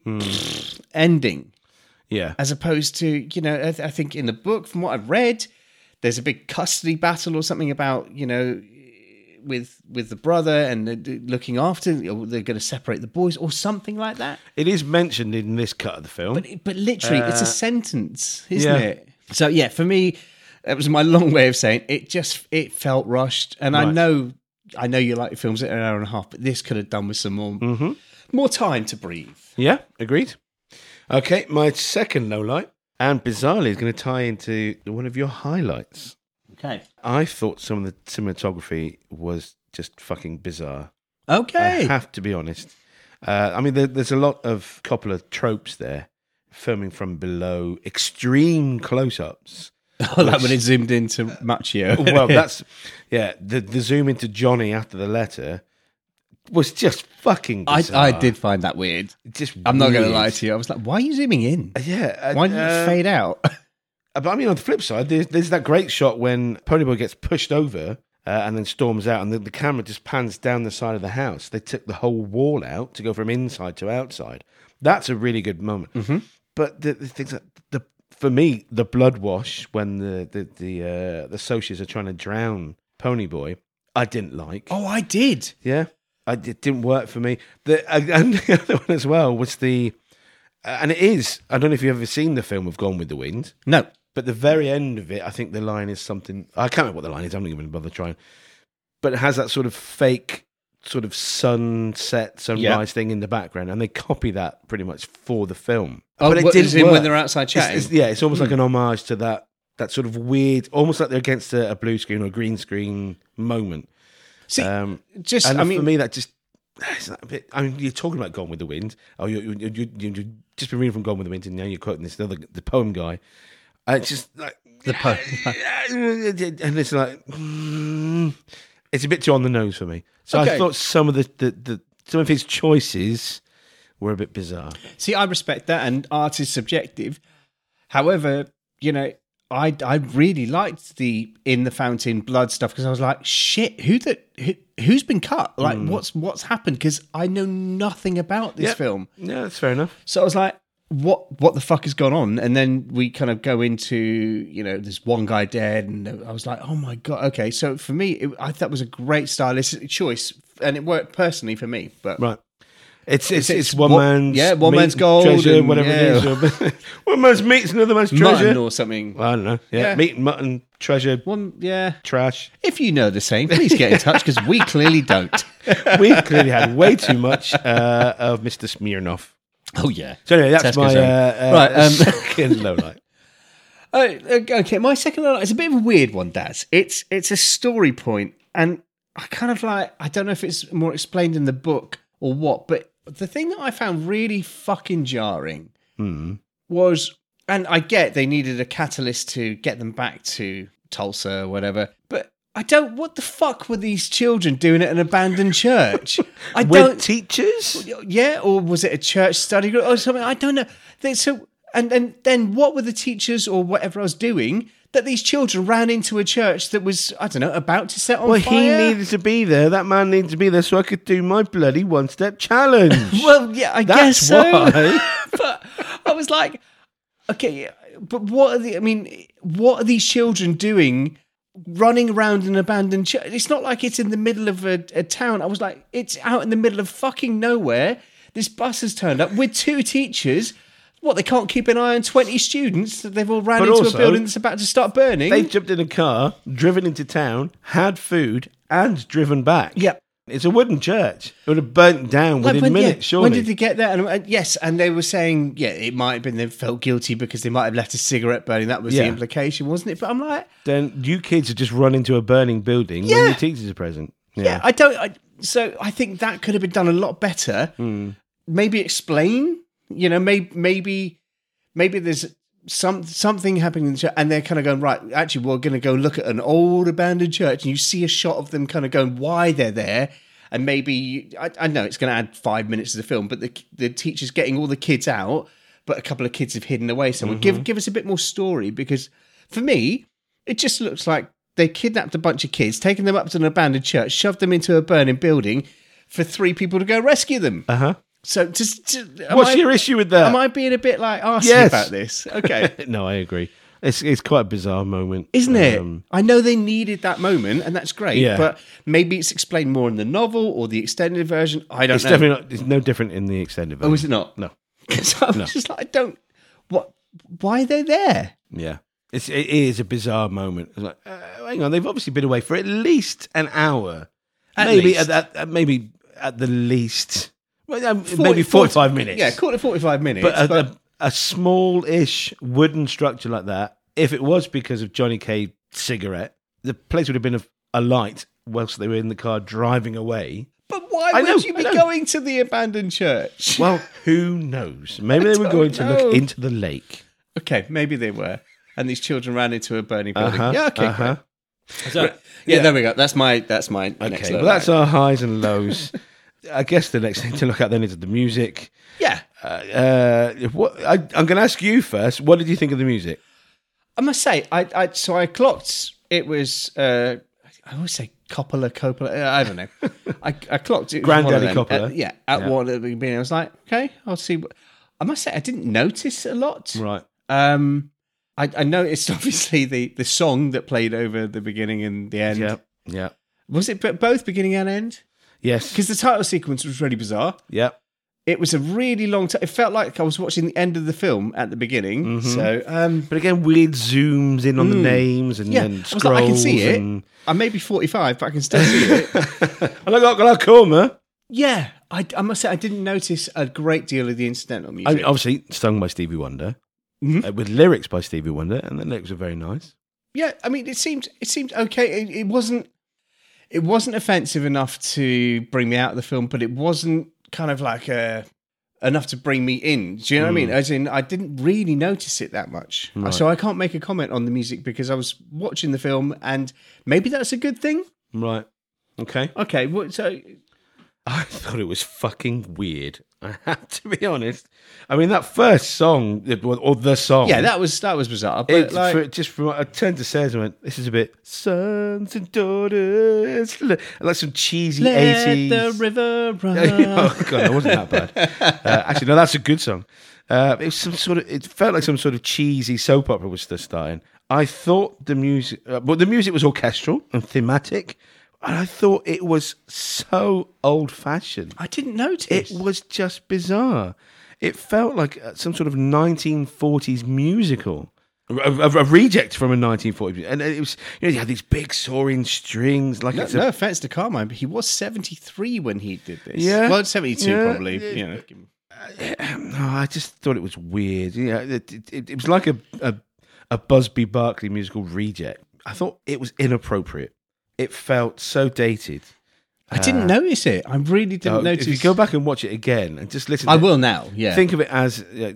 ending Yeah, as opposed to you know I, th- I think in the book from what i've read there's a big custody battle or something about you know with with the brother and the- the looking after or they're going to separate the boys or something like that it is mentioned in this cut of the film. but it- but literally it's a sentence isn't Uh, yeah. it so yeah for me that was my long way of saying it just it felt rushed and i Right. know i know you like your films at an hour and a half but this could have done with some more Mm-hmm. more time to breathe Yeah, agreed. Okay, my second low light, and bizarrely, is going to tie into one of your highlights. okay I thought some of the cinematography was just fucking bizarre. okay I have to be honest. Uh, I mean, there, there's a lot of Coppola tropes there. Filming from below, extreme close-ups. oh, that when it zoomed into Machio. Well, that's yeah. The, the zoom into Johnny after the letter was just fucking. I, Bizarre. I did find that weird. Just I'm not going to weird. lie to you. I was like, why are you zooming in? Yeah. uh, Why did not uh, it fade out? But I mean, on the flip side, there's, there's that great shot when Ponyboy gets pushed over uh, and then storms out, and the, the camera just pans down the side of the house. They took the whole wall out to go from inside to outside. That's a really good moment. But the, the things that the for me, the blood wash when the the the, uh, the socias are trying to drown Ponyboy, I didn't like. oh, I did. Yeah, I, it didn't work for me. The and the other one as well was the, uh, and it is. I don't know if you've ever seen the film of Gone with the Wind. No. But the very end of it, I think the line is something I can't remember what the line is. I'm not even gonna bother trying. But it has that sort of fake, sort of sunset, sunrise Yeah. thing in the background, and they copy that pretty much for the film. Oh, but what, did as in when work. they're outside It's- chatting? Hmm. it's- yeah, it's almost like an homage to that that sort of weird, almost like they're against a, a blue screen or green screen moment. See, Um, just, and I for mean, me, that just. It's not a bit, I mean, you're talking about Gone with the Wind. Oh, you, you, you, you, you've just been reading from Gone with the Wind, and now you're quoting this other the poem guy. I just like the poem. and it's like mm, it's a bit too on the nose for me. So I Okay. thought some of the, the, the some of his choices were a bit bizarre. see, I respect that, and art is subjective. However, you know, I, I really liked the in the fountain blood stuff because I was like, shit, who the who, who's been cut? Like, what's what's happened? Because I know nothing about this Yep. film. Yeah, that's fair enough. So I was like, what what the fuck has gone on? And then we kind of go into, you know, there's one guy dead, and I was like, oh my god, okay. So for me, it, I that was a great stylistic choice, and it worked personally for me. But Right. It's it's, it's, it's one one- man's yeah, one meat man's and gold treasure, and- whatever it is. or- one man's meat's another man's mutton treasure. or something. I don't know. Yeah, Yeah. meat, mutton, treasure, One, yeah. trash. If you know the same, please get in touch because we clearly don't. We clearly had way too much uh, of Mr. Smirnoff. Oh yeah. So anyway, that's Tesco's my own. uh, uh, Right, um, second low light. Oh, okay. My second one is a bit of a weird one, Daz. It's it's a story point, and I kind of like I don't know if it's more explained in the book or what, but the thing that I found really fucking jarring was, and I get they needed a catalyst to get them back to Tulsa or whatever, but I don't. What the fuck were these children doing at an abandoned church? I With don't. teachers? yeah, or was it a church study group or something? I don't know. They, so, and and then what were the teachers or whatever I was doing that these children ran into a church that was I don't know about to set on Well, he fire? needed to be there. That man needed to be there so I could do my bloody one step challenge. Well, yeah, I That's guess so. why. but I was like, okay, but what are the? I mean, what are these children doing? Running around an abandoned church. It's not like it's in the middle of a, a town. I was like, it's out in the middle of fucking nowhere. This bus has turned up with two teachers. What they can't keep an eye on twenty students that they've all ran But into a also, building that's about to start burning. They jumped in a car, driven into town, had food, and driven back. yeah. It's a wooden church. It would have burnt down Like, within when- yeah, minutes, surely. When did they get there? And, and yes, and they were saying, yeah, it might have been they felt guilty because they might have left a cigarette burning. That was Yeah. the implication, wasn't it? But I'm like, then you kids would just run into a burning building when Yeah. your teachers are present. Yeah. yeah, I don't. I, so I think that could have been done a lot better. Hmm. Maybe explain. You know, maybe maybe maybe there's some something happening in the church, and they're kind of going right. Actually, we're going to go look at an old abandoned church, and you see a shot of them kind of going why they're there. And maybe I, I know it's going to add five minutes to the film, but the the teacher's getting all the kids out, but a couple of kids have hidden away somewhere. Mm-hmm. Give give us a bit more story because for me, it just looks like they kidnapped a bunch of kids, taken them up to an abandoned church, shoved them into a burning building for three people to go rescue them. Uh huh. So just, just- am What's I- your issue with that? Am I being a bit like arsy Yes. about this? Okay. no, I agree. It's it's quite a bizarre moment, Isn't it? Um, I know they needed that moment, and that's great. Yeah. But maybe it's explained more in the novel or the extended version. I don't it's know. definitely not. It's no different in the extended version. oh, is it not? No. Because I'm just like, I don't. What? Why are they there? Yeah, it's it is a bizarre moment. It's like, uh, hang on, they've obviously been away for at least an hour, At maybe least. At, at, maybe at the least, well, um, maybe forty-five minutes. Yeah, quarter to forty-five minutes. but, uh, a, a, a small-ish wooden structure like that. If it was because of Johnny K cigarette, the place would have been af- alight whilst they were in the car driving away. but why I would know, you I be know. going to the abandoned church? Well, who knows? Maybe they were don't going to know. look into the lake. Okay, maybe they were. And these children ran into a burning building. Uh-huh, Yeah, okay, uh-huh. great. So, yeah, there we go. That's my that's my next Okay, low well, that's light. our highs and lows. I guess the next thing to look at then is the music. yeah. Uh, uh, what I, I'm going to ask you first. What did you think of the music? I must say, I, I so I clocked it was uh, I always say Coppola Coppola. uh, I don't know. I, I clocked it. was one of Granddaddy them, Coppola. uh, yeah, at Yeah. one of the beginning, I was like, okay, I'll see. What, I must say, I didn't notice a lot. Right. Um, I, I noticed obviously the the song that played over the beginning and the end. Yeah. Yeah. Was it b- both beginning and end? Yes. Because the title sequence was really bizarre. Yeah. it was a really long time. It felt like I was watching the end of the film at the beginning. Mm-hmm. So um, But again, weird zooms in on the names and yeah, then I was scrolls. like, I can see it. And, I may be forty-five, but I can still see it. and I got glaucoma. Yeah, I, I must say I didn't notice a great deal of the incidental I music. mean, obviously, sung by Stevie Wonder Mhm. uh, with lyrics by Stevie Wonder, and the lyrics are very nice. yeah, I mean it seemed it seemed okay. It, it wasn't it wasn't offensive enough to bring me out of the film, but it wasn't kind of like a enough to bring me in. Do you know what I mean? As in, I didn't really notice it that much, so I can't make a comment on the music because I was watching the film, and maybe that's a good thing. Right. Okay. Okay, what, so I thought it was fucking weird. I have to be honest. I mean, that first song, or the song. yeah, that was that was bizarre. But It, like, for, just from I turned to Sarah and went, "This is a bit sons and daughters, and like some cheesy let the eighties. river run. oh god, it wasn't that bad. Uh, actually, no, that's a good song. Uh, it was some sort of. It felt like some sort of cheesy soap opera was just starting. I thought the music, uh, well, the music was orchestral and thematic, and I thought it was so old fashioned. I didn't notice. It was just bizarre. It felt like uh, some sort of 1940s musical, a, a, a reject from a 1940s. And uh, it was, you know, you had these big soaring strings, like no, it's no a, offense to Carmine, but he was 73 when he did this. Yeah. Well, 72 Yeah. probably. You know. no, oh, I just thought it was weird. Yeah, it, it- it, it was like a, a a Busby Barkley musical reject. I thought it was inappropriate. It felt so dated. I didn't notice it. I really didn't Uh, notice. If you go back and watch it again and just listen, I to- will now. Yeah. think of it as uh,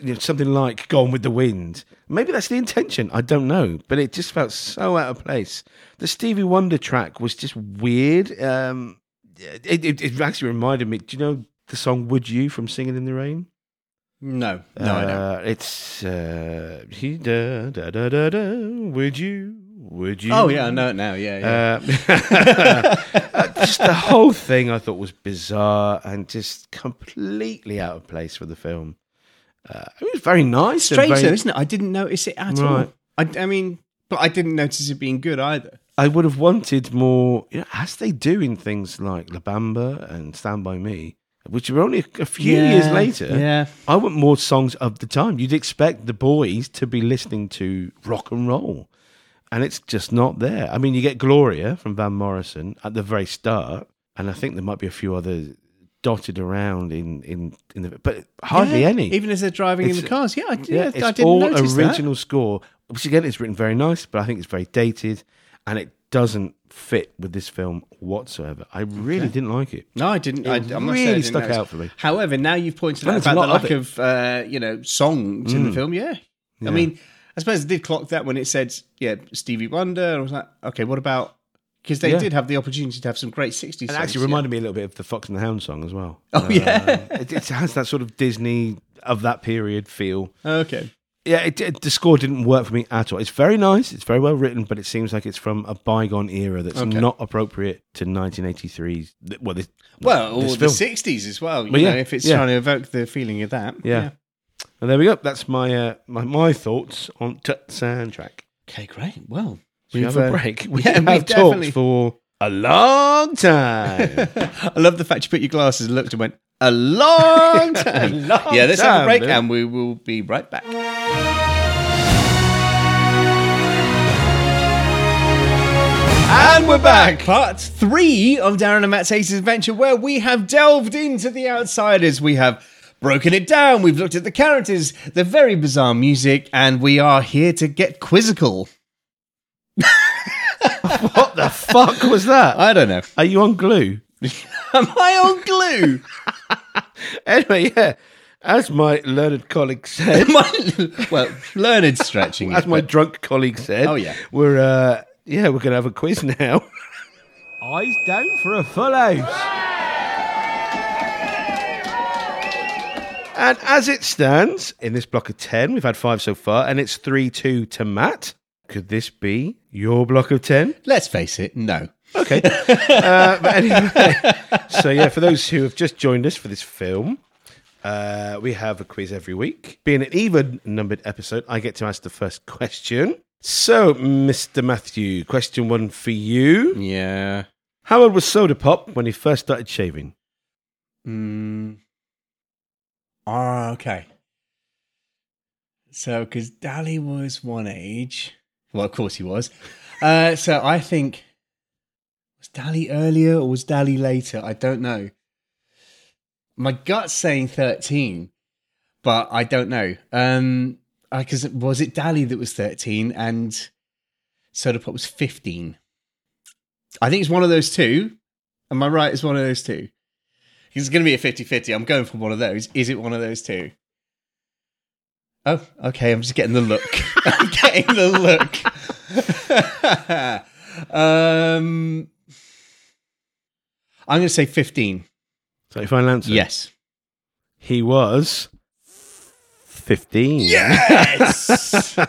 you know, something like Gone with the Wind. Maybe that's the intention. I don't know, but it just felt so out of place. The Stevie Wonder track was just weird. Um, it, it, it actually reminded me. Do you know the song "Would You" from Singing in the Rain? No, no, I don't. Uh, It's uh, he da, da da da da. Would you? Would you? Oh yeah, I know it now. Yeah, yeah. Uh, uh, just the whole thing I thought was bizarre and just completely out of place for the film. Uh, it was very nice. and Strange very- though, isn't it? I didn't notice it at Right. all. I, I mean, but I didn't notice it being good either. I would have wanted more, you know, as they do in things like La Bamba and Stand By Me, which were only a, a few years later. yeah. I want more songs of the time. You'd expect the boys to be listening to rock and roll, and it's just not there. I mean, you get Gloria from Van Morrison at the very start, and I think there might be a few others dotted around in in, in the, but hardly Yeah, any. Even as they're driving in It's- the cars. Yeah, I, did. Yeah, yeah, it's I didn't all notice original score, which again is written very nice, but I think it's very dated, and it doesn't fit with this film whatsoever. I really didn't like it. that. No, I didn't. I, I must say I really didn't stuck notice. out for me. However, now you've pointed And out there's a about the lot of lack it. Mm. of, uh, you know, songs in the film. Yeah. I mean, I suppose I did clock that when it said, yeah, Stevie Wonder. And I was like, okay, what about? Because they Yeah. did have the opportunity to have some great 60s It songs. actually yeah. reminded me a little bit of the Fox and the Hound song as well. Oh, yeah. Um, it, it has that sort of Disney of that period feel. Okay. Yeah, it, it- the score didn't work for me at all. It's very nice, it's very well written, but it seems like it's from a bygone era that's Okay. not appropriate to 1983. Well, this, Well, this or the film. 60s as well. You Well, yeah, know, if it's yeah. trying to evoke the feeling of that. Yeah. Well, there we go. That's my uh, my, my thoughts on t- soundtrack. Okay, great. Well, We have a break. We yeah, have we've talked definitely- for a long time. I love the fact you put your glasses and looked and went, a long time. long yeah, let's have time, a break dude. and we will be right back. And we're back, part three of Darren and Matt's Aces Adventure, where we have delved into the outsiders. We have broken it down, we've looked at the characters, the very bizarre music, and we are here to get quizzical. what the fuck was that? I don't know. Are you on glue? Am I on glue? Anyway, yeah. As my learned colleague said, Am I- well, learned stretching. as it, my but- drunk colleague said, Oh, yeah. we're uh, yeah, we're gonna have a quiz now. Eyes down for a full house. And as it stands in this block of ten, we've had five so far, and it's three-two to Matt. Could this be your block of ten? Let's face it, no. Okay. uh, but anyway, so yeah, for those who have just joined us for this film, uh, we have a quiz every week. Being an even numbered episode, I get to ask the first question. So, Mr. Matthew, question one for you. Yeah. How old was Soda Pop when he first started shaving? Mm. Ah, okay. So, because Dali was one age. Well, of course he was. Uh, so I think. Was Dali earlier or was Dali later? I don't know. My gut's saying 13, but I don't know. Um, Because was it Dali that was 13 and Soda Pop was 15? I think it's one of those two. Am I right? It's one of those two. It's going to be a 50 50. I'm going for one of those. Is it one of those two? Oh, okay. I'm just getting the look. I'm getting the look. um, I'm going to say 15. So, if I answer, yes. he was 15. Yes!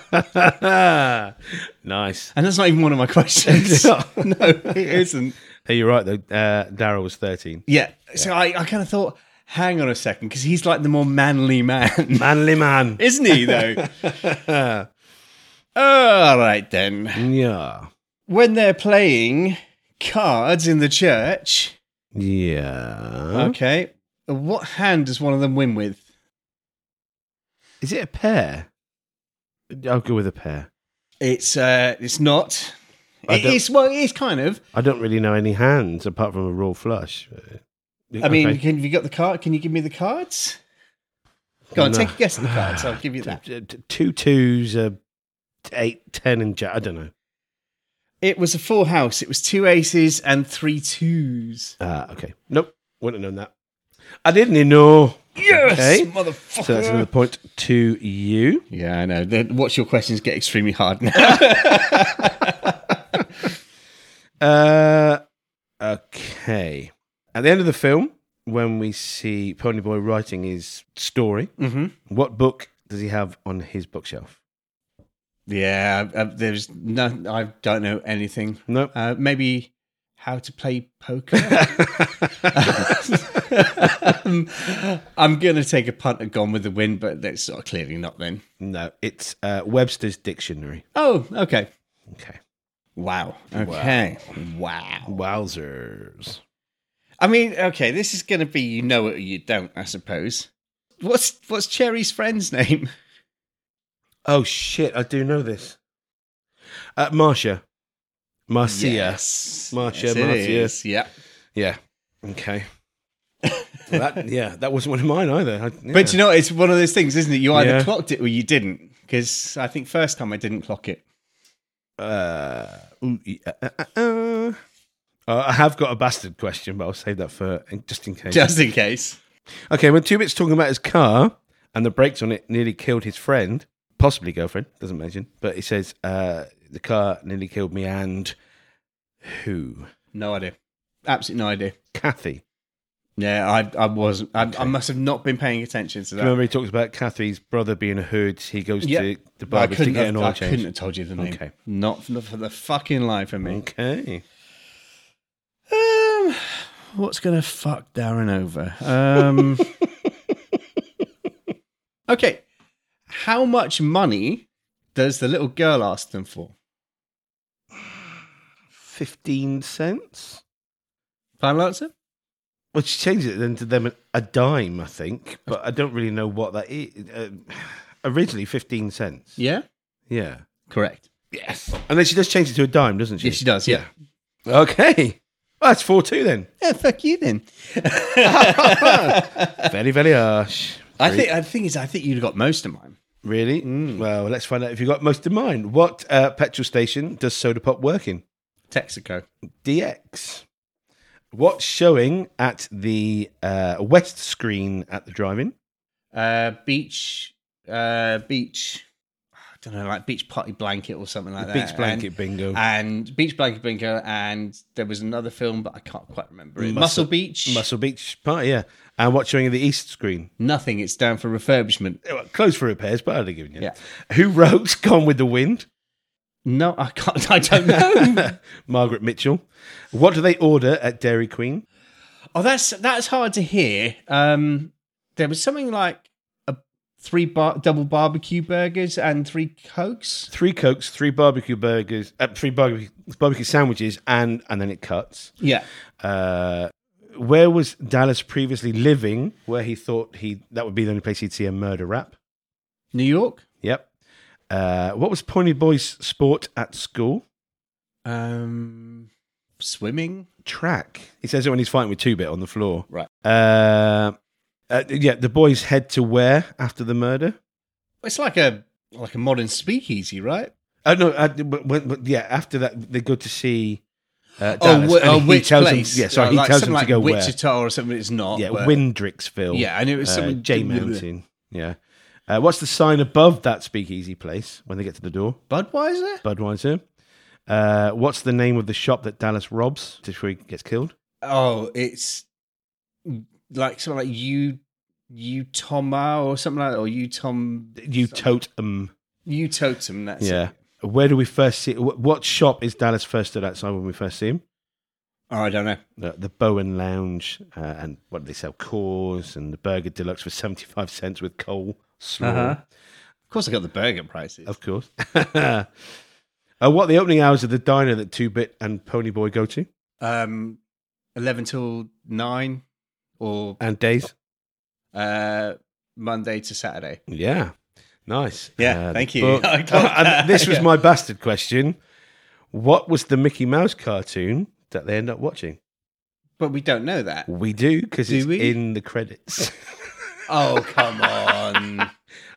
nice. and that's not even one of my questions. No. no, it isn't. Hey, you're right, though. Uh, Daryl was 13. Yeah. So I, I kind of thought, hang on a second, because he's like the more manly man. Manly man. isn't he, though? All right, then. Yeah. when they're playing cards in the church. Yeah. Okay. What hand does one of them win with? Is it a pair? I'll go with a pair. It's uh it's not. I It don't- is well, it is kind of. I don't really know any hands apart from a raw flush. Uh, I mean, can have you got the card? Can you give me the cards? Go on, No. take a guess at the cards. I'll give you that. Okay. two twos, uh, eight, ten, and jack. I don't know. It was a full house. It was two aces and three twos. Uh, okay. Nope. Ah, Wouldn't have known that. I didn't know. Yes, Okay. motherfucker. So that's another point to you. Yeah, I know. The, what's your questions get extremely hard now. Uh, okay. At the end of the film, when we see Ponyboy writing his story, mm-hmm. what book does he have on his bookshelf? Yeah, uh, there's no. I don't know anything. No. Uh, maybe how to play poker. um, I'm gonna take a punt at Gone with the Wind, but that's sort of clearly not then. No, it's uh, Webster's Dictionary. Oh, okay. Okay. Wow. Okay. Wow. Wowzers. I mean, okay, this is gonna be you know it or you don't, I suppose. What's what's Cherry's friend's name? Oh, shit. I do know this. Uh, Marcia. Marcia. Yes. Marcia, it Marcia. is. Yeah. Yeah. Okay. that, yeah, that wasn't one of mine either. I, yeah. But you know, it's one of those things, isn't it? You either Yeah. clocked it or you didn't. Because I think first time I didn't clock it. Uh, ooh, yeah, uh, uh, uh. Uh, I have got a bastard question, but I'll save that for just in case. Just in case. Okay, when Two Bit's talking about his car and the brakes on it nearly killed his friend, possibly girlfriend, doesn't mention, but he says, uh, the car nearly killed me and who? No idea. Absolutely no idea. Kathy. Yeah, I I wasn't. I, I must have not been paying attention to that. Remember, he talks about Kathy's brother being a hood. He goes Yeah. to the I barber to couldn't, get have, an I oil couldn't have change. told you the name. Okay. Not for the, for the fucking life of me. Okay. Mm. Um, what's gonna fuck Darren over? Um, okay, how much money does the little girl ask them for? 15 cents? Final answer. Well, she changed it then to them a dime, I think, but I don't really know what that is. Uh, originally, 15 cents. Yeah, Yeah. correct. Yes. And then she does change it to a dime, doesn't she? Yes, she does. Yeah. Okay. Well, that's 4 2 then. Yeah, fuck you then. very, very harsh. I think the thing is, I think you got most of mine. Really? Well, let's find out if you got most in mind. What uh, petrol station does Soda Pop work in? Texaco. DX. What's showing at the uh, west screen at the drive in? Uh, beach. Uh, beach. I don't know, like beach party blanket or something like that. Beach Blanket Bingo. And, and beach blanket bingo, and there was another film, but I can't quite remember it. Muscle- Muscle, Beach. Muscle Beach Party, yeah. And what's showing at the east screen? Nothing. It's down for refurbishment. Eh, well, Closed for repairs, but I'd have given you. Yeah. Who wrote Gone with the Wind? No, I can't. I don't know. Margaret Mitchell. What do they order at Dairy Queen? oh, that's that's hard to hear. Um, there was something like a three bar- double barbecue burgers and three cokes. Three Cokes, three barbecue burgers, uh, three barbecue, barbecue sandwiches, and, and then it cuts. Yeah. uh, where was Dallas previously living? Where he thought he that would be the only place he'd see a murder rap. New York. Yep. Uh, what was Pony Boy's sport at school? Um, swimming. Track. He says it when he's fighting with Two Bit on the floor. Right. Uh, uh, yeah, the boys head to where after the murder? It's like a like a modern speakeasy, right? Oh no, uh, but, but, but, yeah, after that they go to see uh, Oh, Dallas. wh- and he which tells them- place? yeah, sorry, Uh, he like tells them something to like go where. Wichita or something. It's not. Yeah, but- Windrixville. Yeah, and it was uh, something- J Mountain. Yeah. Uh, what's the sign above that speakeasy place when they get to the door? Budweiser. Budweiser. Uh, what's the name of the shop that Dallas robs before he gets killed? Oh, it's like something like you, you Toma or something like that, or you Tom, You totem. you Totem. That's it. Yeah. Where do we first see? wh- What shop is Dallas first stood outside when we first see him? Oh, I don't know. The, the Bowen Lounge, uh, and what do they sell? Cores and the Burger Deluxe for seventy-five cents with coal slaw. Uh-huh. Of course, I got the burger prices. Of course. uh, what are the opening hours of the diner that Two Bit and Ponyboy go to? Um, eleven till nine, or And days? uh, Monday to Saturday. Yeah. Nice. Uh, Yeah, thank the you. book- I got Oh, and that. this was Yeah. my bastard question. What was the Mickey Mouse cartoon that they end up watching? But we don't know that. We do, because Do it's we? in the credits. Oh, come on.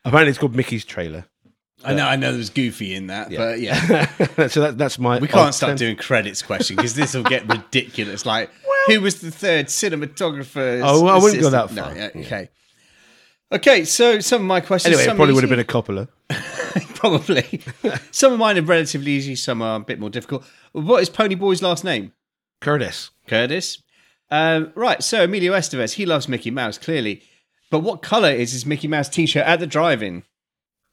Apparently, it's called Mickey's Trailer. I know, I know there's Goofy in that, but yeah. so that, that's my. We can't odd start sense. doing credits question because this will get ridiculous. Like, who was the third cinematographer. Oh, well, I wouldn't go that far. No, yeah, okay. Okay, so some of my questions. Anyway, it some probably would have easy- been a Coppola. probably. some of mine are relatively easy, some are a bit more difficult. What is Pony Boy's last name? Curtis. Curtis. Um, right, so Emilio Estevez, he loves Mickey Mouse, clearly. But what colour is his Mickey Mouse t shirt at the drive in?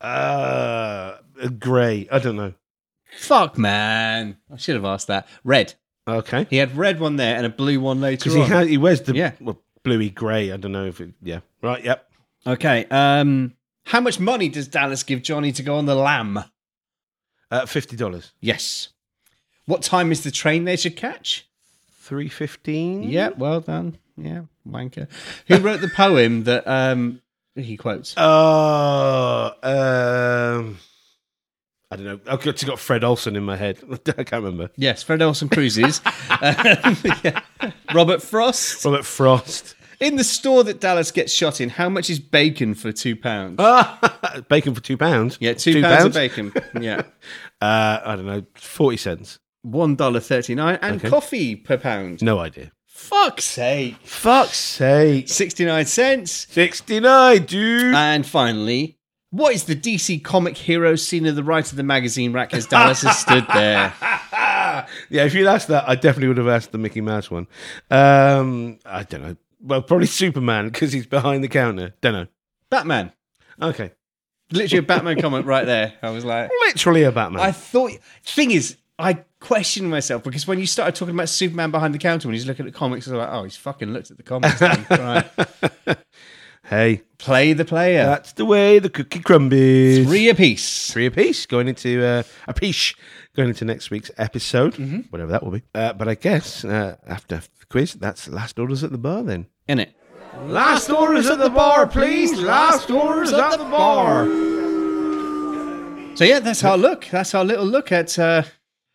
Uh, grey. I don't know. Fuck, man. I should have asked that. Red. Okay. He had red one there and a blue one later Because on. he, has, he wears the Yeah. well, bluey grey. I don't know if it, yeah. Right, yep. okay, um, how much money does Dallas give Johnny to go on the lamb? Uh, $50. Yes. What time is the train they should catch? 315 Yeah, well done. Yeah, wanker. Who wrote the poem that um, he quotes? Oh, um, I don't know. I've got, I've got Fred Olsen in my head. I can't remember. Yes, Fred Olsen Cruises. Um, yeah. Robert Frost. Robert Frost. In the store that Dallas gets shot in, how much is bacon for two pounds? Ah, bacon for two pounds. yeah, Oh, two, pounds, of bacon. Yeah. Uh, I don't know. Forty cents. One dollar thirty nine and Okay. coffee per pound. No idea. Fuck's sake. Fuck's sake. Sixty nine cents. Sixty nine, dude. And finally, what is the DC comic hero seen in the right of the magazine rack as Dallas has stood there? yeah, if you'd asked that, I definitely would have asked the Mickey Mouse one. Um, I don't know. Well, probably Superman because he's behind the counter. Don't know. Batman. Okay. Literally a Batman comment right there. I was like, Literally a Batman. I thought. Thing is, I questioned myself because when you started talking about Superman behind the counter when he's looking at comics, I was like, oh, he's fucking looked at the comics. then. right. hey, Play the player. that's the way the cookie crumbles. Three apiece. three apiece going into uh, a piece going into next week's episode, whatever that will be. Uh, but I guess uh, after the quiz, that's last orders at the bar then. In it. Last orders at the bar, please. Last orders at the bar. So yeah, that's our look. That's our little look at. Uh,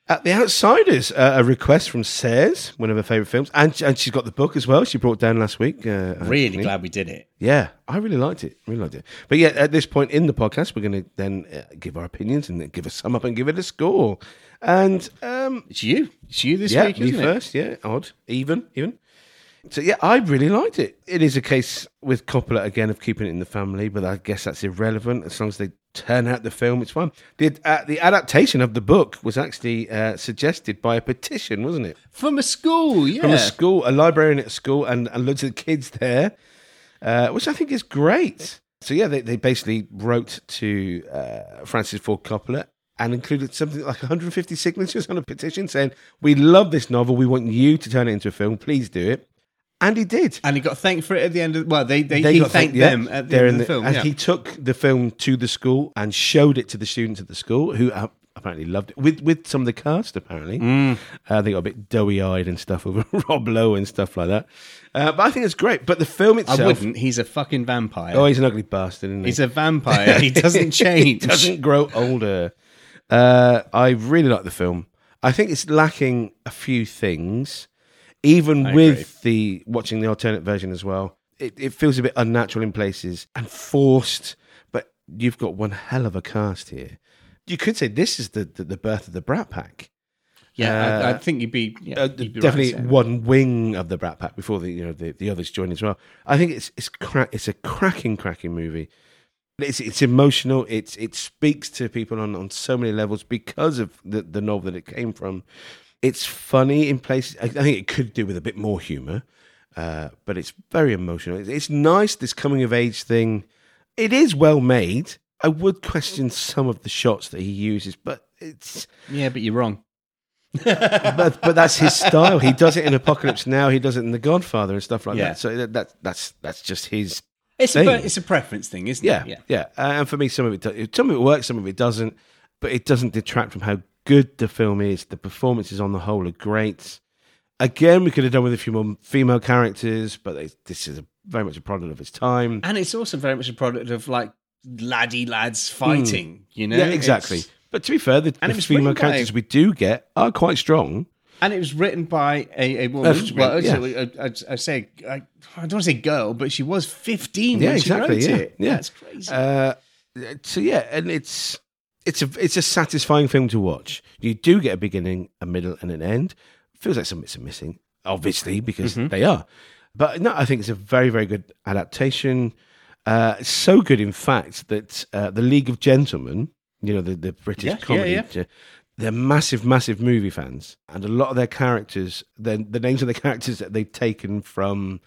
At the Outsiders, uh, a request from Says, one of her favourite films, and and she's got the book as well. She brought down last week. Uh, really Anthony. glad we did it. Yeah, I really liked it. Really liked it. But yeah, at this point in the podcast, we're going to then uh, give our opinions and then give a sum up and give it a score. And um, It's you. It's you this yeah, week, me isn't it? first. Yeah, odd, even, even. So yeah, I really liked it. It is a case with Coppola again of keeping it in the family, but I guess that's irrelevant as long as they turn out the film. It's fine. The uh, the adaptation of the book was actually uh, suggested by a petition, wasn't it? From a school. Yeah. From a school, a librarian at a school, and, and loads of kids there, uh, which I think is great. So yeah, they, they basically wrote to uh, Francis Ford Coppola and included something like 150 signatures on a petition saying, "We love this novel. We want you to turn it into a film. Please do it." And he did. and he got thanked for it at the end of. Well, they they, he got thanked thank- yeah, them at the they're end in of the film. And yeah. he took the film to the school and showed it to the students at the school, who uh, apparently loved it, with with some of the cast. Apparently, Mm. uh, they got a bit doughy eyed and stuff over Rob Lowe and stuff like that. Uh, but I think it's great. But the film I itself, wouldn't. He's a fucking vampire. oh, he's an ugly bastard, isn't he? he's a vampire. He doesn't change. He doesn't grow older. Uh, I really like the film. I think it's lacking a few things, even with the watching the alternate version as well. It, it feels a bit unnatural in places and forced. But you've got one hell of a cast here. You could say this is the the, the birth of the Brat Pack. Yeah, I, Uh, I think you'd be yeah, Uh, you'd be right definitely there. one wing of the Brat Pack before the you know the, the others join as well. I think it's it's cra- it's a cracking cracking movie. It's it's emotional. It's it speaks to people on on so many levels because of the the novel that it came from. It's funny in places. I, I think it could do with a bit more humor, uh, but it's very emotional. It's, it's nice this coming of age thing. It is well made. I would question some of the shots that he uses, but it's Yeah, but you're wrong. but but that's his style. He does it in Apocalypse Now. He does it in The Godfather and stuff like Yeah. that. So that, that that's that's just his. It's Thing. a it's a preference thing, isn't Yeah, it? yeah. Uh, and for me, some of it do- some of it works, some of it doesn't. But it doesn't detract from how good the film is. The performances on the whole are great. Again, we could have done with a few more female characters, but they, this is a, very much a product of its time. And it's also very much a product of like laddie lads fighting. You know, Hmm. yeah, exactly. It's- but to be fair, the, And it the was female written by- characters we do get are quite strong. and it was written by a, a woman. Uh, well, yeah. actually, I, I, I say I, I don't want to say girl, but she was 15 yeah, when exactly. she yeah, wrote it. yeah, That's crazy. Uh, so yeah, and it's it's a it's a satisfying film to watch. You do get a beginning, a middle, and an end. Feels like some bits are missing. obviously, because Mm-hmm. they are. But no, I think it's a very, very good adaptation. Uh, it's so good, in fact, that uh, the League of Gentlemen, you know, the, the British Yeah, yeah, comedy, yeah. j- they're massive, massive movie fans, and a lot of their characters, the, the names of the characters that they've taken from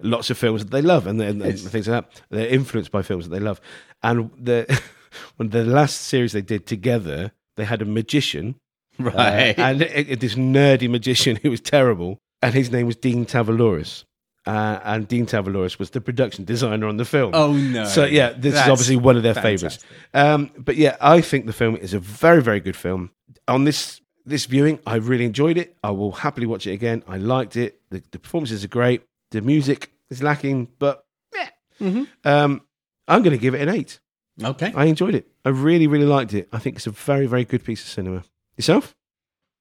lots of films that they love, and, and, and things like that. They're influenced by films that they love, and the when the last series they did together, they had a magician Right. uh, and it, it- this nerdy magician who was terrible, and his name was Dean Tavaloris. Uh, and Dean Tavaloris was the production designer on the film. Oh, no. So yeah, this That's is obviously one of their fantastic. favorites. Um, but yeah, I think the film is a very, very good film. On this this viewing, I really enjoyed it. I will happily watch it again. I liked it. The, the performances are great. The music is lacking, but yeah. Mhm. Um, I'm going to give it an eight. okay. I enjoyed it. I really, really liked it. I think it's a very, very good piece of cinema. Yourself?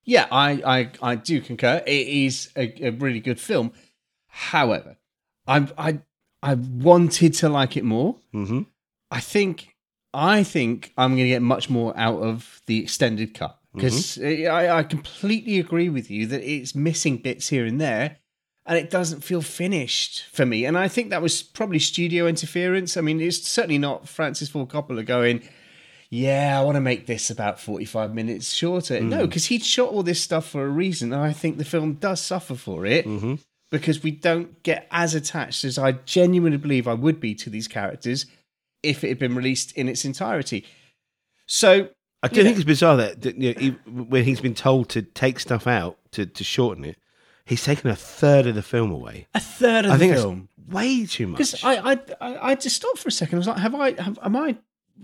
Yeah, I, I, I do concur. It is a, a really good film. However, I, I, I wanted to like it more. Mm-hmm. I think, I think I'm going to get much more out of the extended cut because I, I completely agree with you that it's missing bits here and there, and it doesn't feel finished for me. And I think that was probably studio interference. I mean, it's certainly not Francis Ford Coppola going. Yeah, I want to make this about 45 minutes shorter. No, because he'd shot all this stuff for a reason, and I think the film does suffer for it because we don't get as attached as I genuinely believe I would be to these characters if it had been released in its entirety. So, I do think it's bizarre that, that, you know, he, when he's been told to take stuff out to, to shorten it, he's taken a third of the film away. a third of I the think film. that's way too Because much. I, I, I, I just stopped for a second. I was like, have I, have, am I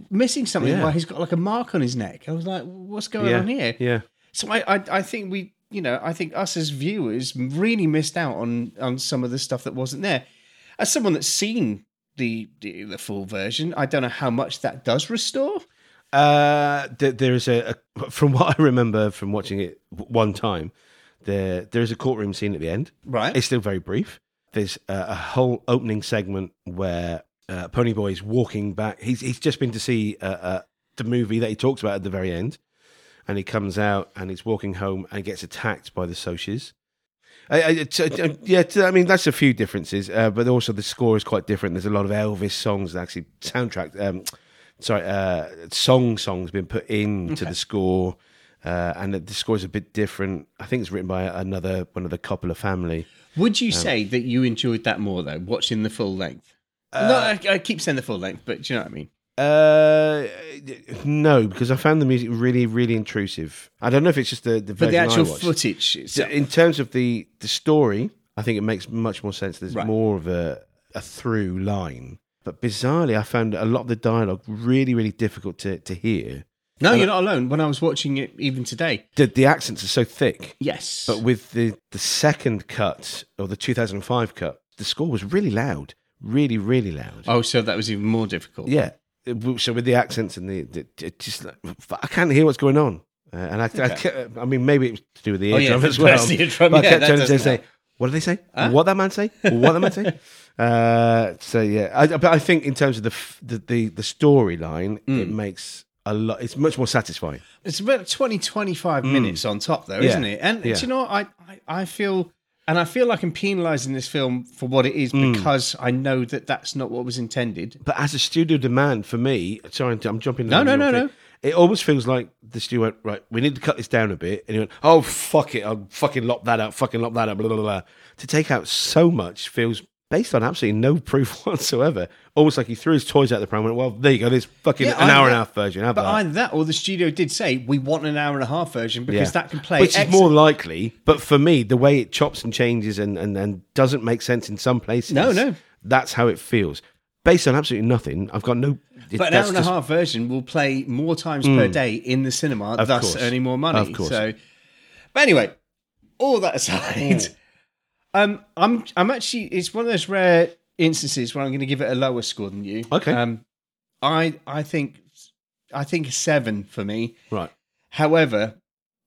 missing something? Yeah. Why he's got like a mark on his neck? I was like, what's going yeah, on here? yeah, So I, I, I think we, you know, I think us as viewers really missed out on on some of the stuff that wasn't there. As someone that's seen the the, the full version, I don't know how much that does restore. Uh, there, there is a, a from what I remember from watching it w- one time, there there is a courtroom scene at the end. Right. It's still very brief. There's a, a whole opening segment where uh, Ponyboy is walking back. He's he's just been to see uh, uh, the movie that he talks about at the very end, and he comes out and he's walking home and gets attacked by the Soshis. I, I, t- t- yeah, t- I mean that's a few differences, uh, but also the score is quite different. There's a lot of Elvis songs, that actually soundtrack. Um, sorry, uh, song songs been put into the score, uh, and the score is a bit different. I think it's written by another one of the Coppola family. Would Um, you say that you enjoyed that more though, watching the full length? no, I, I keep saying the full length, but do you know what I mean? Uh, no, because I found the music really, really intrusive. I don't know if it's just the the, But the version I actual watched. footage So itself. in terms of the the story, I think it makes much more sense. There's Right. more of a a through line. But bizarrely, I found a lot of the dialogue really, really difficult to to hear. No, you're not alone. When I was watching it, even today, The, the accents are so thick. yes, But with the, the second cut or the 2005 cut, the score was really loud, really, really loud. oh, so that was even more difficult. Yeah. It w- So with the accents and the, the it just, like, f- I can't hear what's going on. Uh, and I, I, ca- I, mean, maybe it was to do with the Oh, yeah, eardrum if as it well. was the eardrum, but yeah, I kept that turning to doesn't say, help. "What did they say? What that man say? What that man say?" Uh, so yeah, I, but I think in terms of the f- the the, the storyline, Mm. it makes a lot. It's much more satisfying. It's about 20, 25 minutes on top, though, isn't it? And Mm. Yeah. do you know, what? I, I, I feel, and I feel like I'm penalising this film for what it is Mm. because I know that that's not what was intended. But as a studio demand for me, sorry, I'm jumping. No, on no, your no, thing. no. It almost feels like the studio went right. We need to cut this down a bit, and he went, "Oh fuck it, I'll fucking lop that up, fucking lop that up." Blah blah blah. To take out so much feels based on absolutely no proof whatsoever. Almost like he threw his toys out the pram and went, "Well, there you go. There's fucking Yeah, an I- hour and a half version." Have But that. either that or the studio did say, we want an hour and a half version because Yeah. that can play. Which is ex- more likely, but for me, the way it chops and changes and, and, and doesn't make sense in some places. No, no. That's how it feels. Based on absolutely nothing, I've got no. it- But an hour that's and just- Mm. a half version will play more times per day in the cinema, thus course. earning more money. Of course. So, but anyway, all that aside, Mm. um, I'm I'm actually it's one of those rare instances where I'm going to give it a lower score than you. Okay. Um, I I think I think a seven for me. Right. However,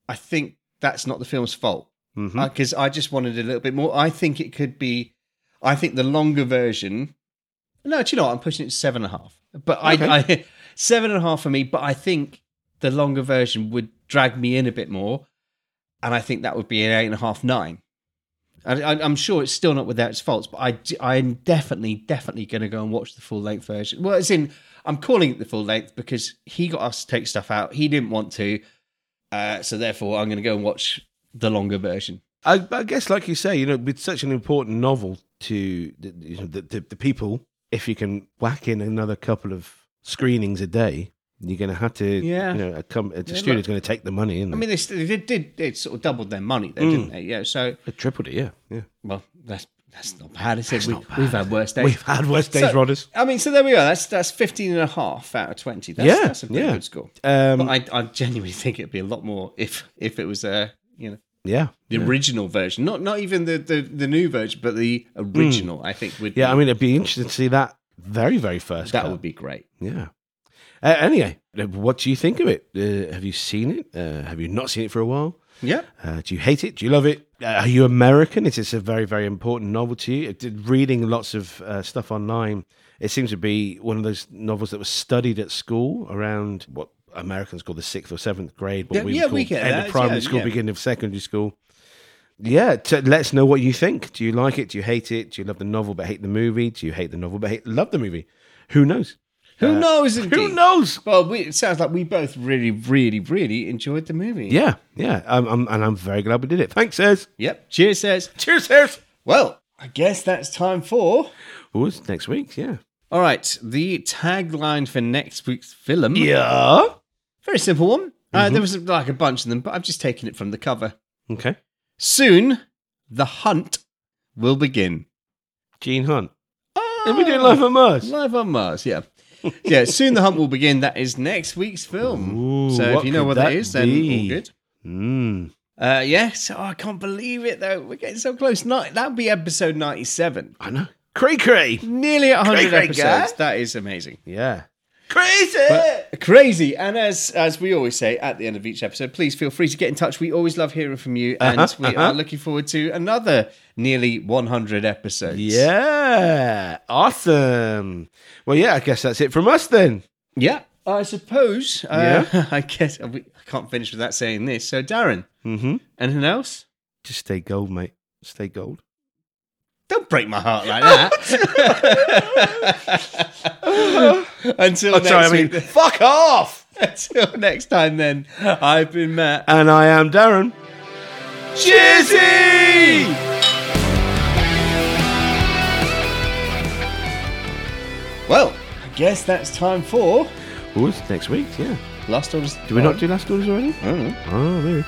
I think that's not the film's fault Mhm. because I just wanted a little bit more. I think it could be. I think the longer version. No, do you know what? I'm pushing it to seven and a half. But I, I seven and a half for me. But I think the longer version would drag me in a bit more, and I think that would be an eight and a half, nine. And I, I'm sure it's still not without its faults, but I, d- I'm definitely, definitely going to go and watch the full length version. Well, it's in, I'm calling it the full length because he got us to take stuff out. He didn't want to. Uh, so therefore, I'm going to go and watch the longer version. I, but I guess, like you say, you know, with such an important novel to the, you know, the, the, the people, if you can whack in another couple of screenings a day, you're going to have to, Yeah. you know, a, com- a studio's going to take the money, isn't I mean, they, s- they did, did it sort of doubled their money, though, didn't they? Yeah. So, it? tripled it, yeah, yeah. well, that's that's not bad. Is it? We, We've had worse days. We've had worse days, So- Rodders. I mean, so there we are. That's that's 15 and a half out of 20. That's, Yeah, that's a pretty yeah. good score. Um, But I, I genuinely think it'd be a lot more if if it was a you know yeah, the original version, not not even the the, the new version, but the original. I think would yeah. be- I mean, it'd be interesting to see that very, very first. that cut. would be great. Yeah. Uh, anyway, what do you think of it? Uh, have you seen it? Uh, have you not seen it for a while? Yeah, Uh, do you hate it? Do you love it? Uh, are you American? It is a very, very important novel to you. It did- Reading lots of uh, stuff online, it seems to be one of those novels that was studied at school around what Americans call the sixth or seventh grade, what Yeah, we yeah, would call we get end that. of primary Yeah, school, yeah. beginning of secondary school. Yeah, t- let us know what you think. Do you like it? Do you hate it? Do you love the novel but hate the movie? Do you hate the novel but hate- love the movie? Who knows? who knows? Indeed. Who knows? Well, we, it sounds like we both really, really, really enjoyed the movie. Yeah, yeah. Um, I'm, and I'm very glad we did it. Thanks, Says. Yep. Cheers, says. Cheers, Says. Well, I guess that's time for. Oh, it's next week, yeah. All right, the tagline for next week's film. Yeah. Mm-hmm. Very simple one. Uh, there was like a bunch of them, but I've just taken it from the cover. Okay. Soon, the hunt will begin. Gene Hunt. Oh, Did we do Life on Mars? Live on Mars, yeah. yeah, soon the hunt will begin. That is next week's film. Ooh, so if what you know could what that that is, then all be? good. Mm. Uh, yeah, so I can't believe it though. We're getting so close. Ni- that would be episode 97. I know. Cray cray. Nearly at 100 Great, great episodes. guy. That is amazing. Yeah. Crazy. But crazy. And as as we always say at the end of each episode, please feel free to get in touch. We always love hearing from you, and Uh-huh, we uh-huh. are looking forward to another nearly 100 episodes. yeah. Awesome. Well, yeah, I guess that's it from us then. Yeah, I suppose. Uh, I guess I can't finish without saying this. So, Darren, Mm-hmm. anything else? Just stay gold, mate. Stay gold. Don't break my heart like that. until Oh, next sorry, I mean, week- fuck off. until next time, then. I've been Matt. And I am Darren. Cheersy! Well, I guess that's time for Oh, it's next week, yeah. last orders. Uh-huh. Do we not do last orders already? Oh, maybe.